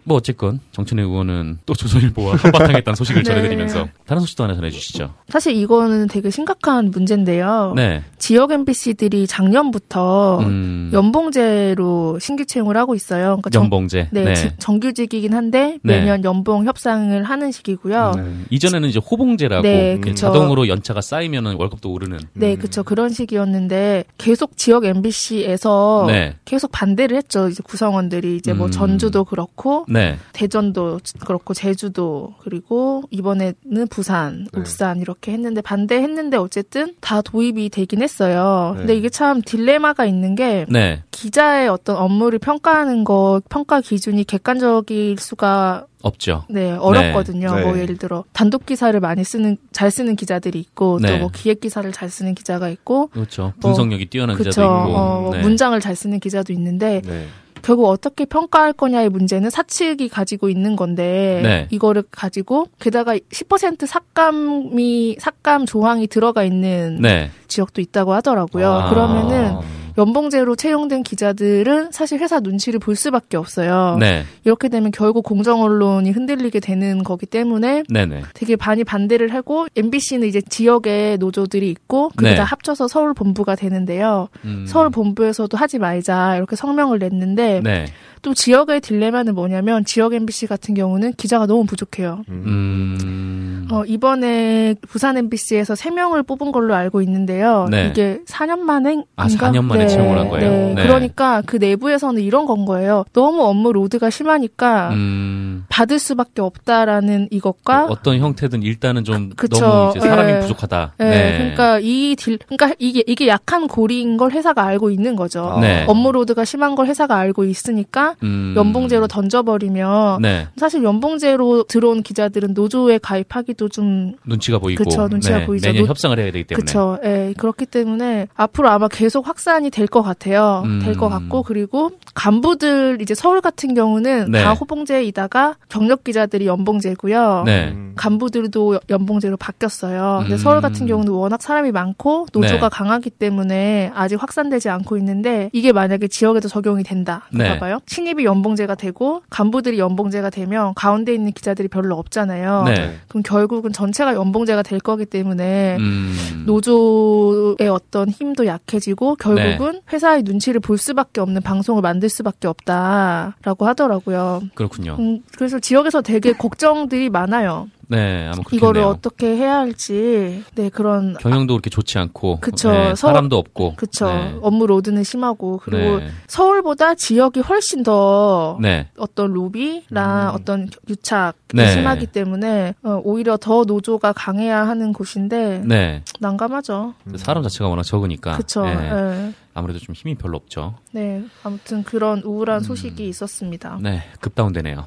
뭐 어쨌건 정천혜 의원은 또 조선일보와 합바탕했다는 소식을
<laughs> 네.
전해드리면서 다른 소식도 하나 전해주시죠.
사실 이거는 되게 심각한 문제인데요.
네.
지역 MBC들이 작년부터
음,
연봉제로 신규 채용을 하고 있어요. 그러니까 정-
연봉제.
네, 지- 정규직이긴 한데
네.
매년 연봉 협상을 하는 식이고요.
음,
네,
네.
이전에는 이제 호봉제라고
네,
그
그쵸.
자동으로 연차가 쌓이면 월급도 오르는.
그렇죠. 그런 식이었는데 계속 지역 MBC에서
네.
계속 반대를 했죠. 이제 구성원들이 이제 뭐
음.
전주도 그렇고
네.
대전도 그렇고 제주도 그리고 이번에는 부산,
네.
울산 이렇게 했는데 반대했는데 어쨌든 다 도입이 되긴 했어요.
네.
근데 이게 참 딜레마가 있는 게
네.
기자의 어떤 업무를 평가하는 거 평가 기준이 객관적일 수가
없죠.
네 어렵거든요.
네.
뭐
네.
예를 들어 단독 기사를 많이 쓰는 잘 쓰는 기자들이 있고
네.
또 뭐 기획 기사를 잘 쓰는 기자가 있고
그렇죠.
뭐,
분석력이 뛰어난
그쵸
자도 있고.
어, 뭐
네.
문장을 잘 쓰는 기자도 있는데
네.
결국 어떻게 평가할 거냐의 문제는 사측이 가지고 있는 건데
네.
이거를 가지고 게다가 10% 삭감이 삭감 조항이 들어가 있는
네.
지역도 있다고 하더라고요.
아.
그러면은 연봉제로 채용된 기자들은 사실 회사 눈치를 볼 수밖에 없어요.
네.
이렇게 되면 결국 공정 언론이 흔들리게 되는 거기 때문에
네네.
되게 많이 반대를 하고 MBC는 이제 지역에 노조들이 있고 그게
네.
다 합쳐서 서울 본부가 되는데요.
음.
서울 본부에서도 하지 말자 이렇게 성명을 냈는데
네.
또 지역의 딜레마는 뭐냐면 지역 MBC 같은 경우는 기자가 너무 부족해요.
네. 음.
어, 이번에 부산 MBC에서 3명을 뽑은 걸로 알고 있는데요.
네.
이게 4년 만에.
아, 4년 만에 채용을 한 거예요? 네.
그러니까 그 내부에서는 이런 건 거예요. 너무 업무 로드가 심하니까
음.
받을 수밖에 없다라는 이것과
어떤 형태든 일단은 좀
아? 그쵸.
너무 이제 사람이
네.
부족하다.
예, 그러니까 이 딜, 그러니까 이게 이게 약한 고리인 걸 회사가 알고 있는 거죠.
아.
네.
업무 로드가 심한 걸 회사가 알고 있으니까
음.
연봉제로 던져버리면
네.
사실 연봉제로 들어온 기자들은 노조에 가입하기도 좀
눈치가 보이고.
그쵸, 눈치가
네.
보이죠.
매년
노-
협상을 해야 되기 때문에.
그렇죠. 예, 그렇기 때문에 앞으로 아마 계속 확산이 될 것 같아요.
음.
될 것 같고 그리고 간부들 이제 서울 같은 경우는
네.
다 호봉제이다가 경력 기자들이 연봉제고요.
네.
음.
간부들도 연봉제로 바뀌었어요. 근데
음.
서울 같은 경우는 워낙 사람이 많고
네.
노조가 강하기 때문에 아직 확산되지 않고 있는데 이게 만약에 지역에도 적용이 된다.
네.
봐봐요. 신입이 연봉제가 되고 간부들이 연봉제가 되면 가운데 있는 기자들이 별로 없잖아요.
네.
그럼 결국은 전체가 연봉제가 될 거기 때문에
음.
노조의 어떤 힘도 약해지고 결국은
네.
회사의 눈치를 볼 수밖에 없는 방송을 만들 수밖에 없다라고 하더라고요.
그렇군요.
음, 그래서 지역에서 되게 걱정들이 많아요.
네, 아마 그렇겠네요.
이거를 어떻게 해야 할지 네 그런
경영도 그렇게 좋지 않고
그쵸.
네,
서울-
사람도 없고
그쵸
네.
업무 로드는 심하고 그리고
네.
서울보다 지역이 훨씬 더
네.
어떤 로비나
음.
어떤 유착이
네.
심하기 때문에 어, 오히려 더 노조가 강해야 하는 곳인데
네.
난감하죠.
사람 자체가 워낙 적으니까
그쵸.
네.
네.
아무래도 좀 힘이 별로 없죠.
네. 아무튼 그런 우울한 소식이 있었습니다.
음. 네,
<laughs>
급다운되네요.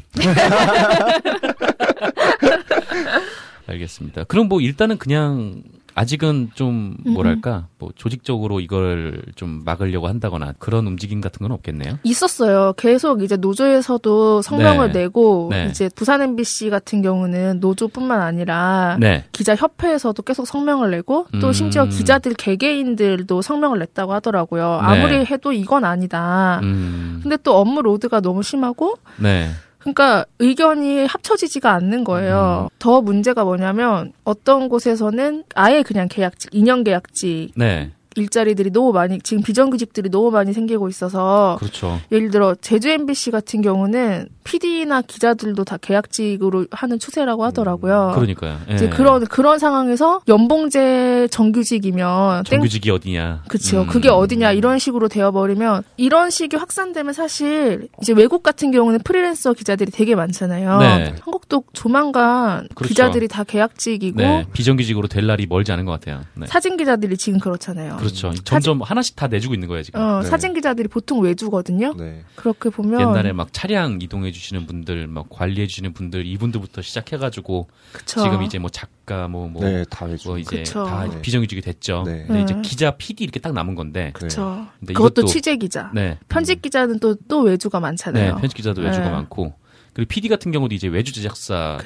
알겠습니다. 그럼 뭐 일단은 그냥 아직은 좀 뭐랄까 뭐 조직적으로 이걸 좀 막으려고 한다거나 그런 움직임 같은 건 없겠네요.
있었어요. 계속 이제 노조에서도 성명을
네.
내고
네.
이제 부산 MBC 같은 경우는 노조뿐만 아니라
네,
기자 협회에서도 계속 성명을 내고 또
음.
심지어 기자들 개개인들도 성명을 냈다고 하더라고요. 아무리
네.
해도 이건 아니다.
음,
근데 또 업무 로드가 너무 심하고
네,
그러니까 의견이 합쳐지지가 않는 거예요.
음.
더 문제가 뭐냐면 어떤 곳에서는 아예 그냥 계약직, 인연 계약직
네,
일자리들이 너무 많이 지금 비정규직들이 너무 많이 생기고 있어서
그렇죠.
예를 들어 제주 MBC 같은 경우는 PD나 기자들도 다 계약직으로 하는 추세라고 하더라고요.
그러니까요. 예.
어. 이제 그런 그런 상황에서 연봉제 정규직이면 땡
정규직이 어디냐?
그치요.
음.
그게 어디냐 이런 식으로 되어버리면 이런 식이 확산되면 사실 이제 외국 같은 경우는 프리랜서 기자들이 되게 많잖아요.
네.
한국도 조만간
그렇죠.
기자들이 다 계약직이고
네, 비정규직으로 될 날이 멀지 않은 것 같아요. 네.
사진 기자들이 지금 그렇잖아요.
그렇죠. 점점 하나씩 다 내주고 있는 거예요 지금.
어,
네.
사진 기자들이 보통 외주거든요.
네.
그렇게 보면
옛날에 막 차량 이동해 주시는 분들, 막 관리해 주시는 분들 이분들부터 시작해가지고
그쵸.
지금 이제 뭐 작가 뭐 뭐
네, 다 해줘.
뭐 이제
그쵸.
다
네.
비정규직이 됐죠.
네.
근데 이제
음.
기자, PD 이렇게 딱 남은 건데.
그쵸.
네. 근데
그것도
이것도-
취재 기자.
네.
편집 기자는 또 또 외주가
네,
많잖아요.
편집 기자도 외주가
네.
많고. 그리고 PD 같은 경우도 이제 외주 제작사라는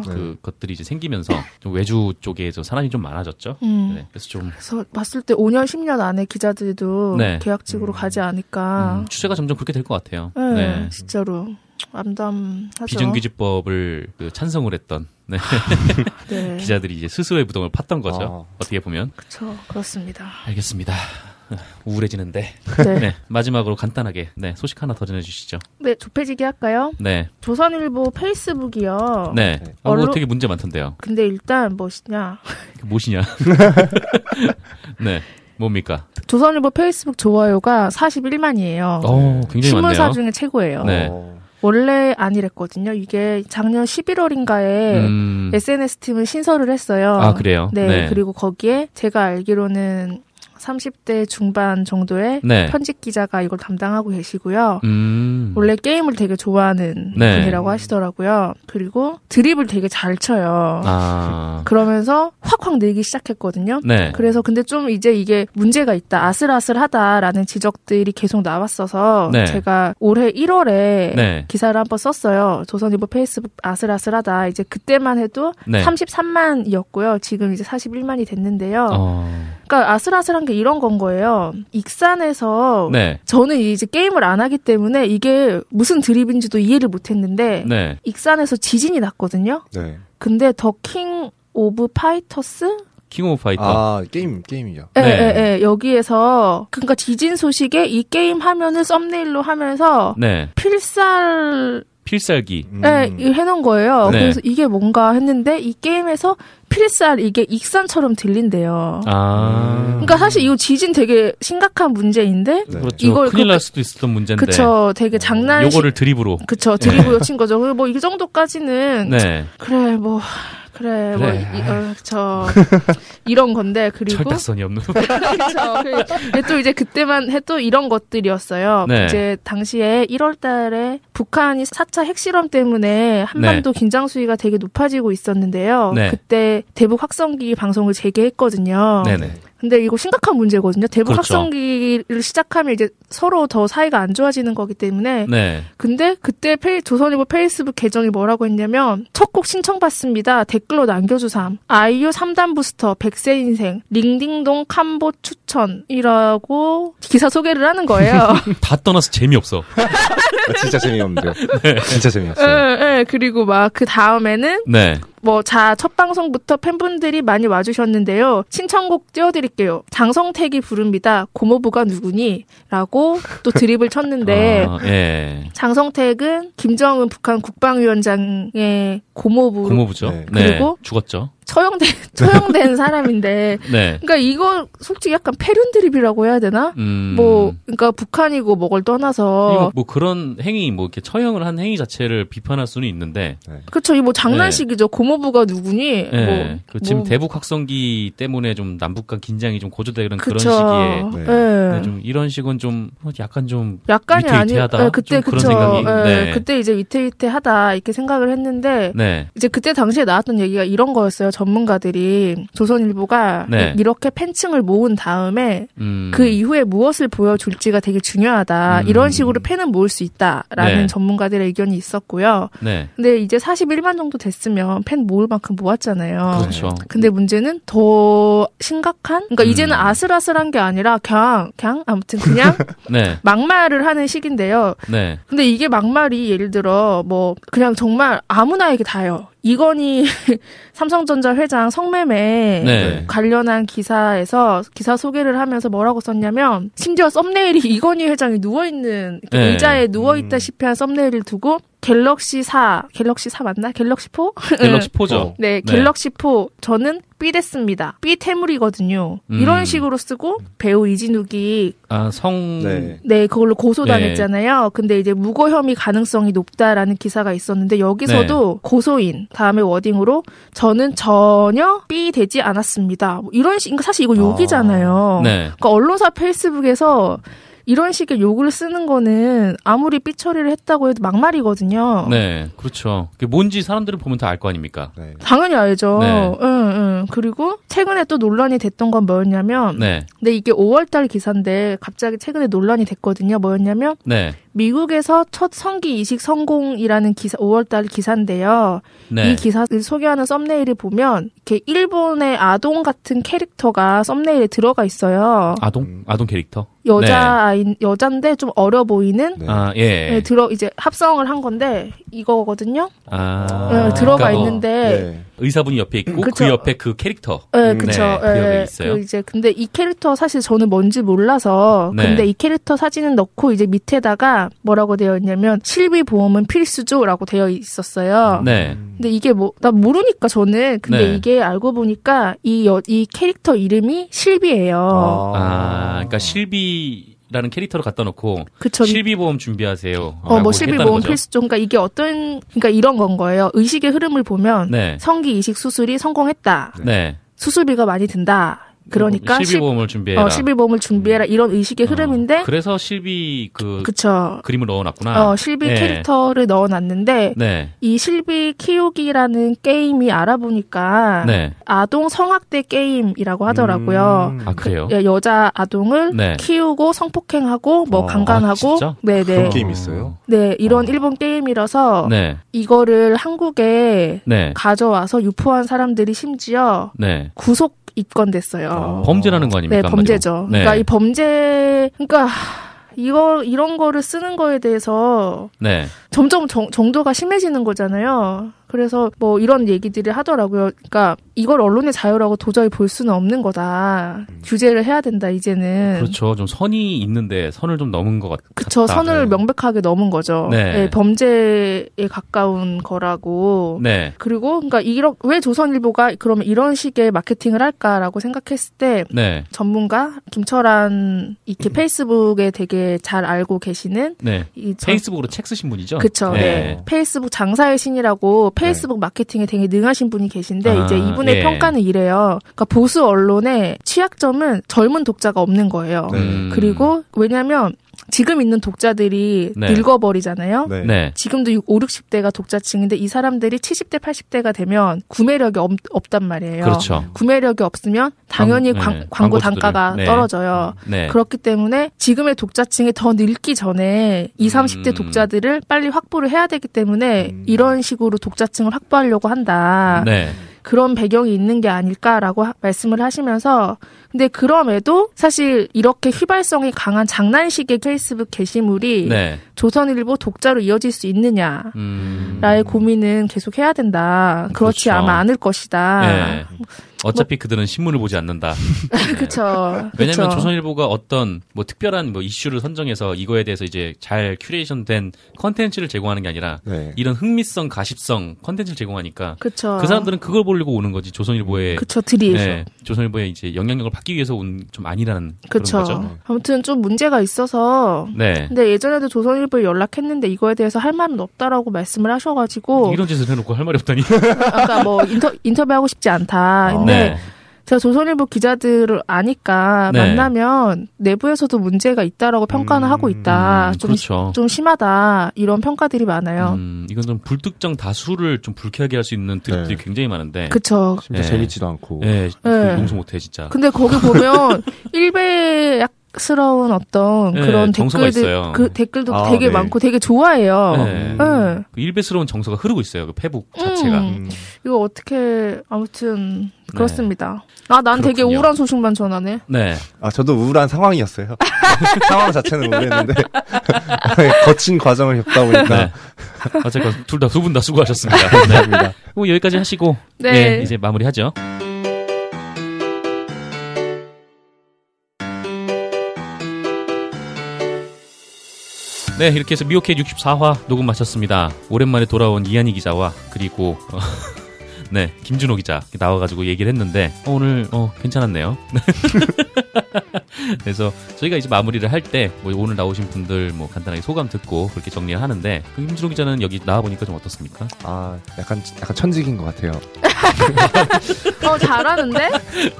그쵸.
그 것들이 이제 생기면서 좀 외주 쪽에 좀 사람이 좀 많아졌죠.
음.
네. 그래서 좀
그래서 봤을 때 5년 10년 안에 기자들도
네.
계약직으로 가지 않을까.
음, 추세가 점점 그렇게 될 것 같아요.
아. 네,
네.
진짜로 암담하죠.
비정규직법을 그 찬성을 했던 네.
네.
기자들이 이제 스스로의 부동을 팠던 거죠. 어떻게 보면.
그렇죠, 그렇습니다.
알겠습니다. 우울해지는데. <laughs>
네.
네. 마지막으로 간단하게 네, 소식 하나 더 전해 주시죠.
네, 좁혀지게 할까요?
네.
조선일보 페이스북이요.
네.
네.
아, 오늘
언론-
되게 문제 많던데요.
근데 일단 뭐시냐?
그게
<laughs>
무엇이냐? <laughs> 네. 뭡니까?
조선일보 페이스북 좋아요가 41만이에요.
어, 굉장히
신문사
많네요.
중에 최고예요.
네.
어,
원래 아니랬거든요. 이게 작년 11월인가에
음.
SNS 팀을 신설을 했어요.
아, 그래요?
네,
네.
그리고 거기에 제가 알기로는 30대 중반 정도의
네.
편집 기자가 이걸 담당하고 계시고요.
음.
원래 게임을 되게 좋아하는
네.
분이라고 하시더라고요. 그리고 드립을 되게 잘 쳐요.
아.
그러면서 확확 늘기 시작했거든요.
네.
그래서 근데 좀 이제 이게 문제가 있다, 아슬아슬하다라는 지적들이 계속 나왔어서
네.
제가 올해 1월에
네.
기사를 한번 썼어요. 조선일보 페이스북 아슬아슬하다. 이제 그때만 해도
네.
33만이었고요. 지금 이제 41만이 됐는데요.
어.
그러니까 아슬아슬한 게 이런 건 거예요. 익산에서
네.
저는 이제 게임을 안 하기 때문에 이게 무슨 드립인지도 이해를 못 했는데
네.
익산에서 지진이 났거든요.
네.
근데 더 킹 오브 파이터스?
킹 오브 파이터.
아, 게임, 게임이요.
예,
네.
예, 예. 여기에서 그러니까 지진 소식에 이 게임 화면을 썸네일로 하면서
네.
필살
필살기.
음.
에 해놓은 거예요.
네.
그래서 이게 뭔가 했는데 이 게임에서 필살 이게 익산처럼 들린대요.
아.
그러니까 사실 이거 지진 되게 심각한 문제인데
네.
그렇죠.
이걸
큰일
그-
날 수도 있었던 문제인데.
그쵸 되게 장난식
어, 요거를 드립으로.
그쵸 드리브로 친 거죠. 그리고 뭐이 정도까지는
네.
그래 뭐 그래, 뭐
그래.
이, 어, 저 <laughs> 이런 건데 그리고
철딱선이 없는.
그쵸. 그리고 근데 또 이제 그때만 해도 이런 것들이었어요.
네.
이제 당시에 1월 달에 북한이 4차 핵실험 때문에 한반도 긴장 수위가 되게 높아지고 있었는데요.
네.
그때 대북 확성기 방송을 재개했거든요.
네네.
근데 이거 심각한 문제거든요. 대북
그렇죠.
확성기를 시작하면 이제 서로 더 사이가 안 좋아지는 거기 때문에
네.
근데 그때 페이, 조선일보 페이스북 계정이 뭐라고 했냐면 첫 곡 신청받습니다. 댓글로 남겨주삼. 아이유 3단 부스터 100세 인생 링딩동 캄보 추천이라고 기사 소개를
<laughs>
하는 거예요.
다 떠나서 재미없어. <laughs> 네. 그렇죠.
아, 진짜 재미없는데요. 진짜 재미없어요.
예, 예. 그리고 막 그 다음에는
네.
뭐 자 첫 방송부터 팬분들이 많이 와주셨는데요. 신청곡 띄워드릴게요. 장성택이 부릅니다. 고모부가 누구니?라고 또 드립을
<laughs>
쳤는데
아, 예.
장성택은 김정은 북한 국방위원장의 고모부로
고모부죠.
네.
그리고
죽었죠. <laughs>
처형된 처형된 사람인데.
네.
그러니까 이거 솔직히 약간 패륜 드립이라고 해야 되나?
음.
뭐 어. 그러니까 북한이고 뭐걸 떠나서
이거 뭐 그런 행위, 뭐 이렇게 처형을 한 행위 자체를 비판할 수는 있는데,
그쵸 이뭐 장난식이죠 고모부가 누구니
예.
뭐
네. 그 지금
뭐.
대북 확성기 때문에 좀 남북 간 긴장이 좀 고조되는 그런
그쵸.
시기에
시기에.
예.
네, 좀 이런 식은 좀 어, 약간 좀
약간이 아니
위태위태하다.
예, 그때
좀 그런
그쵸
생각이-
예,
네.
그때 이제 위태위태하다 이렇게 생각을 했는데
네.
이제 그때 당시에 나왔던 얘기가 이런 거였어요 전문가들이 조선일보가
네.
이렇게 팬층을 모은 다음에
음.
그 이후에 무엇을 보여줄지가 되게 중요하다
음.
이런 식으로 팬은 모을 수 있다라는
네.
전문가들의 의견이 있었고요
네.
근데 이제 41만 정도 됐으면 팬 모을 만큼 모았잖아요.
그렇죠.
어, 근데 문제는 더 심각한? 그러니까
음.
이제는 아슬아슬한 게 아니라 그냥, 그냥
<laughs>
아무튼 그냥
네.
막말을 하는 시기인데요.
네.
근데 이게 막말이 예를 들어 뭐 그냥 정말 아무나에게 다요. 이건희 <laughs> 삼성전자 회장 성매매
네.
관련한 기사에서 기사 소개를 하면서 뭐라고 썼냐면 심지어 썸네일이 이건희 회장이 누워 있는
네.
의자에 누워 있다시피 한 썸네일을 두고 갤럭시 4, 갤럭시 4 맞나? 갤럭시 4?
갤럭시 포죠.
어.
<laughs> 네, 갤럭시 4 저는 삐됐습니다. 삐태물이거든요.
음.
이런 식으로 쓰고 배우 이진욱이
아, 성
네.
네, 그걸로 고소당했잖아요.
네.
근데 이제 무고 혐의 가능성이 높다라는 기사가 있었는데 여기서도
네.
고소인 다음에 워딩으로 저는 전혀 삐 되지 않았습니다. 뭐 이런 식, 그러니까 사실 이거 욕이잖아요.
아, 네.
그러니까 언론사 페이스북에서 이런 식의 욕을 쓰는 거는 아무리 삐 처리를 했다고 해도 막말이거든요.
네. 그렇죠. 그게 뭔지 사람들을 보면 다 알 거 아닙니까?
네.
당연히 알죠.
네.
응, 응. 그리고 최근에 또 논란이 됐던 건 뭐였냐면,
네.
근데 이게 5월달 기사인데 갑자기 최근에 논란이 됐거든요. 뭐였냐면
네.
미국에서 첫 성기 이식 성공이라는 기사 5월달 기사인데요.
네.
이 기사를 소개하는 썸네일을 보면 이렇게 일본의 아동 같은 캐릭터가 썸네일에 들어가 있어요.
아동 네.
음.
아동 캐릭터.
여자 아이 여잔데 좀 어려 보이는
네.
아,
예,
예.
들어 이제 합성을 한 건데 이거거든요.
아.
예,
아,
들어가
그러니까 뭐
있는데 음,
네.
의사분이 옆에 있고 그
그쵸.
옆에 그 캐릭터.
예,
음,
그쵸.
네, 그
예,
여기 있어요.
그 이제 근데 이 캐릭터 사실 저는 뭔지 몰라서
네.
근데 이 캐릭터 사진은 넣고 이제 밑에다가 뭐라고 되어 있냐면 실비 보험은 필수죠라고 되어 있었어요.
네.
근데 이게 뭐 나 모르니까 저는 근데
네.
이게 알고 보니까 이 여 이 캐릭터 이름이 실비예요.
아, 그러니까 실비라는 캐릭터를 갖다 놓고
그쵸?
실비 보험 준비하세요.
어,
라고
뭐 실비
했다는
보험
거죠.
필수죠. 그러니까 이게 어떤 그러니까 이런 건 거예요. 의식의 흐름을 보면
네.
성기 이식 수술이 성공했다.
네.
수술비가 많이 든다. 그러니까
실비
실-
보험을 준비해라.
어, 실비보험을 준비해라 이런 의식의 흐름인데
어, 그래서 실비 그
그쵸.
그림을 넣어놨구나.
어, 실비
네.
캐릭터를 넣어놨는데
네.
이 실비 키우기라는 게임이 알아보니까
네.
아동 성학대 게임이라고 하더라고요.
아 그래요?
예, 여자 아동을
네.
키우고 성폭행하고 뭐
어,
아,
강간하고
진짜?
네네
그런 게임 있어요?
네 이런
어.
일본 게임이라서
네.
이거를 한국에
네.
가져와서 유포한 사람들이 심지어
네.
구속 입건됐어요.
어.
범죄라는 거
네
아닙니까?
범죄죠.
네.
그러니까 이 범죄 그러니까 하, 이거 이런 거를 쓰는 거에 대해서
네.
점점 정, 정도가 심해지는 거잖아요. 그래서 뭐 이런 얘기들을 하더라고요. 그러니까 이걸 언론의 자유라고 도저히 볼 수는 없는 거다. 규제를 해야 된다 이제는.
음. 그렇죠. 좀 선이 있는데 선을 좀 넘은 것 같,
그쵸
같다.
선을 명백하게 넘은 거죠.
네.
예, 범죄에 가까운 거라고.
네.
그리고 그러니까 이런 왜 조선일보가 그러면 이런 식의 마케팅을 할까라고 생각했을 때
네.
전문가 김철한
음.
이렇게 페이스북에 되게 잘 알고 계시는
네.
이 전-
페이스북으로 책 쓰신 분이죠?
그쵸. 네. 페이스북 장사의 신이라고 페이스북 마케팅에 되게 능하신 분이 계신데
네. 아,
이제 이분의
예.
평가는 이래요. 그러니까 보수 언론의 취약점은 젊은 독자가 없는 거예요.
네.
음.
그리고 왜냐면 지금 있는 독자들이
네.
늙어버리잖아요.
네.
네.
지금도 6, 5, 60대가 독자층인데 이 사람들이 70대, 80대가 되면 구매력이 없, 없단 말이에요.
그렇죠.
구매력이 없으면 당연히
광-
광,
네.
광고
광고주들은.
단가가
네.
떨어져요.
네.
그렇기 때문에 지금의 독자층이 더 늙기 전에 20, 30대
음.
독자들을 빨리 확보를 해야 되기 때문에
음.
이런 식으로 독자층을 확보하려고 한다.
네.
그런 배경이 있는 게 아닐까라고 하- 말씀을 하시면서 근데 그럼에도 사실 이렇게 휘발성이 강한 장난식의 페이스북 게시물이
네.
조선일보 독자로 이어질 수 있느냐.
음.
라의 고민은 계속 해야 된다. 그렇지
그렇죠.
아마 않을 것이다.
예. 어차피 그들은 신문을 보지 않는다.
<laughs> 그렇죠.
왜냐하면 조선일보가 어떤 뭐 특별한 뭐 이슈를 선정해서 이거에 대해서 이제 잘 큐레이션된 컨텐츠를 제공하는 게 아니라
네.
이런 흥미성, 가십성 컨텐츠를 제공하니까
그렇죠.
그 사람들은 그걸 보려고 오는 거지 조선일보의
그렇죠. 드립.
네, 조선일보의 이제 영향력을 받기 위해서 온 좀 아니라는 그런 거죠.
그렇죠. 아무튼 좀 문제가 있어서
네.
근데 예전에도 조선일보에 연락했는데 이거에 대해서 할 말은 없다라고 말씀을 하셔가지고
이런 짓을 해놓고 할 말이 없다니.
아까 뭐 인터 인터뷰하고 싶지 않다. 근데
네.
제가 조선일보 기자들을 아니까
네.
만나면 내부에서도 문제가 있다라고 평가는
음,
하고 있다. 아, 좀,
그렇죠.
좀 심하다. 이런 평가들이 많아요.
음, 이건 좀 불특정 다수를 좀 불쾌하게 할 수 있는 드립들이
네.
굉장히 많은데.
그쵸.
심지어
네.
재밌지도 않고.
예,
네.
용서 못해 진짜.
근데 거기
<laughs>
보면 일배약스러운 어떤
네,
그런
정서가
댓글들,
있어요.
그 댓글도
아,
되게
네.
많고 되게
어.
좋아해요.
네.
네.
그 일베스러운 정서가 흐르고 있어요. 그 페북 자체가.
음.
음.
이거 어떻게 아무튼 그렇습니다. 아, 난 되게
네. 그렇군요.
우울한 소식만 전하네.
네.
아, 저도 우울한 상황이었어요. <laughs> 상황 자체는 우울했는데 <laughs> 거친 과정을 겪다 보니까
네. 어쨌건 둘 다 두 분 다 수고하셨습니다.
<laughs> 감사합니다.
그럼 여기까지 하시고
네.
예, 이제 마무리하죠. 네, 이렇게 해서 미오캣 64화 녹음 마쳤습니다. 오랜만에 돌아온 이한희 기자와 그리고 어, <laughs> 네 김준호 기자 나와가지고 얘기를 했는데 어, 오늘 어 괜찮았네요. <laughs> 그래서 저희가 이제 마무리를 할 때 뭐 오늘 나오신 분들 뭐 간단하게 소감 듣고 그렇게 정리를 하는데 그 김준호 기자는 여기 나와 보니까 좀 어떻습니까?
아, 약간 약간 천직인 것 같아요.
어, 잘하는데?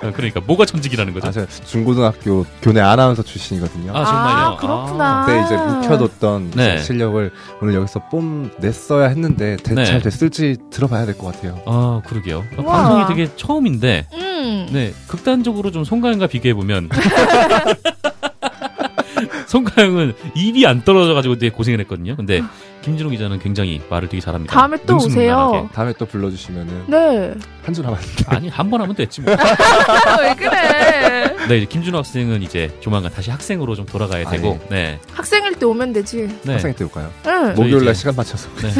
어, 그러니까 뭐가 천직이라는 거죠?
아, 저 중고등학교 교내 아나운서 출신이거든요.
아, 정말요?
아, 그렇구나.
그때 이제 묵혀뒀던
네.
제 실력을 오늘 여기서 뽐냈어야 했는데 대,
네.
잘 됐을지 들어봐야 될 것 같아요.
아, 그러게요.
우와.
방송이 되게 처음인데,
음.
네, 극단적으로 좀 송가영과 비교해보면, <laughs> 송가영은 입이 안 떨어져가지고 되게 고생을 했거든요. 근데, 김진욱 기자는 굉장히 말을 되게 잘합니다.
다음에 또
능수능란하게.
오세요.
다음에 또 불러주시면은
네.
한 줄 하면
아니, 한 번 하면 됐지 뭐.
아, 왜 그래?
네, 이제 김준호 학생은 이제 조만간 다시 학생으로 좀 돌아가야
아,
되고, 네.
학생일 때 오면 되지.
네.
학생 때 올까요?
응.
뭐-
목요일날
이제-
시간 맞춰서
네.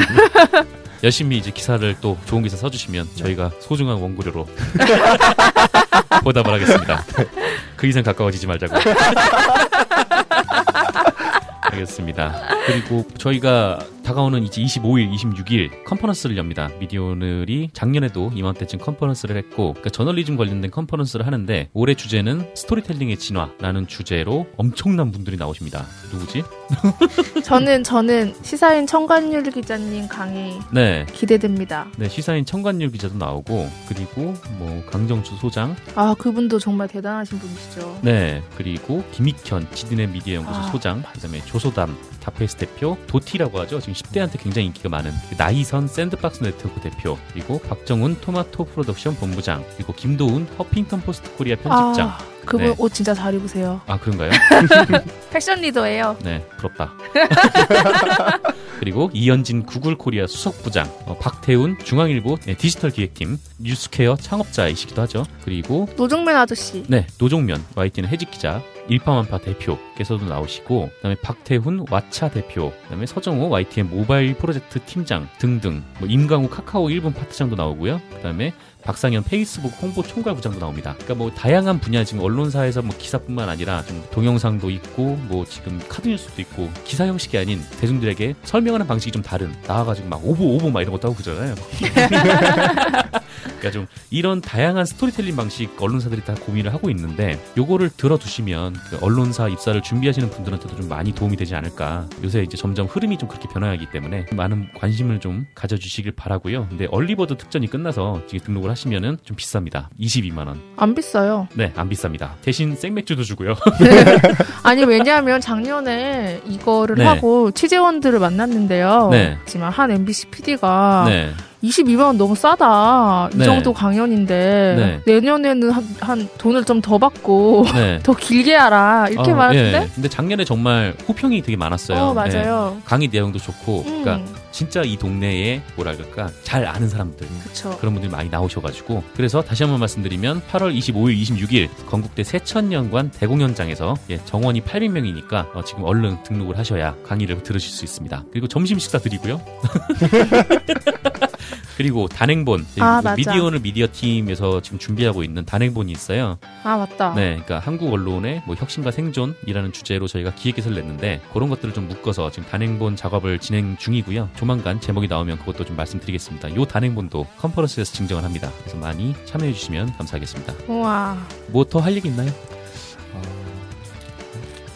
열심히 이제 기사를 또 좋은 기사 써주시면 저희가 소중한 원고료로 <laughs> 보답을 하겠습니다. 그 이상 가까워지지 말자고. 알겠습니다. 그리고 저희가 다가오는 이제 25일, 26일 컨퍼런스를 엽니다. 미디오늘이 작년에도 이맘때쯤 컨퍼런스를 했고, 그러니까 저널리즘 관련된 컨퍼런스를 하는데 올해 주제는 스토리텔링의 진화라는 주제로 엄청난 분들이 나오십니다. 누구지?
저는 저는 시사인 청관율 기자님 강의
네,
기대됩니다.
네, 시사인 청관율 기자도 나오고 그리고 뭐 강정주 소장,
아 그분도 정말 대단하신 분이시죠.
네, 그리고 김익현 지드넷 미디어 연구소
아,
소장, 그다음에 조소담 다페스 대표, 도티라고 하죠. 지금 10대한테 굉장히 인기가 많은 그 나이선 샌드박스 네트워크 대표, 그리고 박정훈 토마토 프로덕션 본부장, 그리고 김도훈 허핑턴 포스트 코리아 편집장.
아 그분
네.
옷 진짜 잘 입으세요.
아 그런가요?
패션 리더예요.
네,
<laughs>
부럽다. 그리고 이현진 구글 코리아 수석부장, 어, 박태훈 중앙일보 네, 디지털 기획팀, 뉴스케어 창업자이시기도 하죠. 그리고
노정면 아저씨.
네, 노종면 YTN 해직 기자, 일파만파 대표께서도 나오시고, 그다음에 박태훈 와차 대표, 그다음에 서정호 YTN 모바일 프로젝트 팀장 등등, 뭐 임강우 카카오 일본 파트장도 나오고요, 그다음에 박상현 페이스북 홍보 총괄부장도 나옵니다. 그러니까 뭐 다양한 분야 지금 언론사에서 뭐 기사뿐만 아니라 좀 동영상도 있고 뭐 지금 카드뉴스도 있고 기사 형식이 아닌 대중들에게 설명하는 방식이 좀 다른 나와가지고 막 오보 오보 막 이런 것도 하고 그러잖아요. <laughs> 그러니까 좀 이런 다양한 스토리텔링 방식 언론사들이 다 고민을 하고 있는데 요거를 들어두시면 그 언론사 입사를 준비하시는 분들한테도 좀 많이 도움이 되지 않을까 요새 이제 점점 흐름이 좀 그렇게 변화하기 때문에 많은 관심을 좀 가져주시길 바라고요 근데 얼리버드 특전이 끝나서 지금 등록을 하시면은 좀 비쌉니다 22만원
안 비싸요.
네 안 비쌉니다 대신 생맥주도 주고요
아니 왜냐하면 작년에 이거를
네.
하고 취재원들을 만났는데요.
네.
하지만 한 MBC PD가
<laughs> 네
22만 원 너무 싸다. 이
네.
정도 강연인데 내년에는 한, 한 돈을 좀 더 받고 <laughs>
네.
더 길게 하라 아, 이렇게
어,
말하는데.
예. 근데 작년에 정말 호평이 되게 많았어요.
어
예.
맞아요.
강의 내용도 좋고,
음,
그러니까 진짜 이 동네에 뭐랄까 잘 아는 사람들
그쵸.
그런 분들이 많이 나오셔가지고 그래서 다시 한번 말씀드리면 8월 25일, 26일 건국대 세천년관 대공연장에서 예, 정원이 800명이니까 어, 지금 얼른 등록을 하셔야 강의를 들으실 수 있습니다. 그리고 점심 식사 드리고요. <laughs> 그리고 단행본
아,
그
맞아.
미디어오늘 미디어 팀에서 지금 준비하고 있는 단행본이 있어요.
아 맞다.
네, 그러니까 한국 언론의 뭐 혁신과 생존이라는 주제로 저희가 기획기사를 냈는데 그런 것들을 좀 묶어서 지금 단행본 작업을 진행 중이고요. 조만간 제목이 나오면 그것도 좀 말씀드리겠습니다. 요 단행본도 컨퍼런스에서 증정을 합니다. 그래서 많이 참여해 주시면 감사하겠습니다.
우와.
뭐 더 할 얘기 있나요?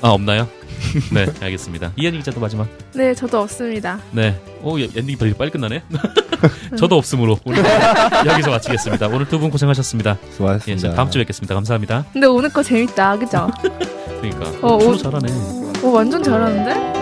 아 없나요? <laughs> 네, 알겠습니다. 이현희 기자도 마지막.
네 저도 없습니다.
네, 오 예, 엔딩이 되게 빨리 끝나네. <laughs> 저도 없으므로 오늘 <laughs> 여기서 마치겠습니다. 오늘 두 분 고생하셨습니다. 예,
수고하셨습니다.
저 다음 주에 뵙겠습니다. 감사합니다.
근데 오늘 거 재밌다. 그죠?
그러니까
어,
주로
오-
잘하네.
오 완전 잘하는데?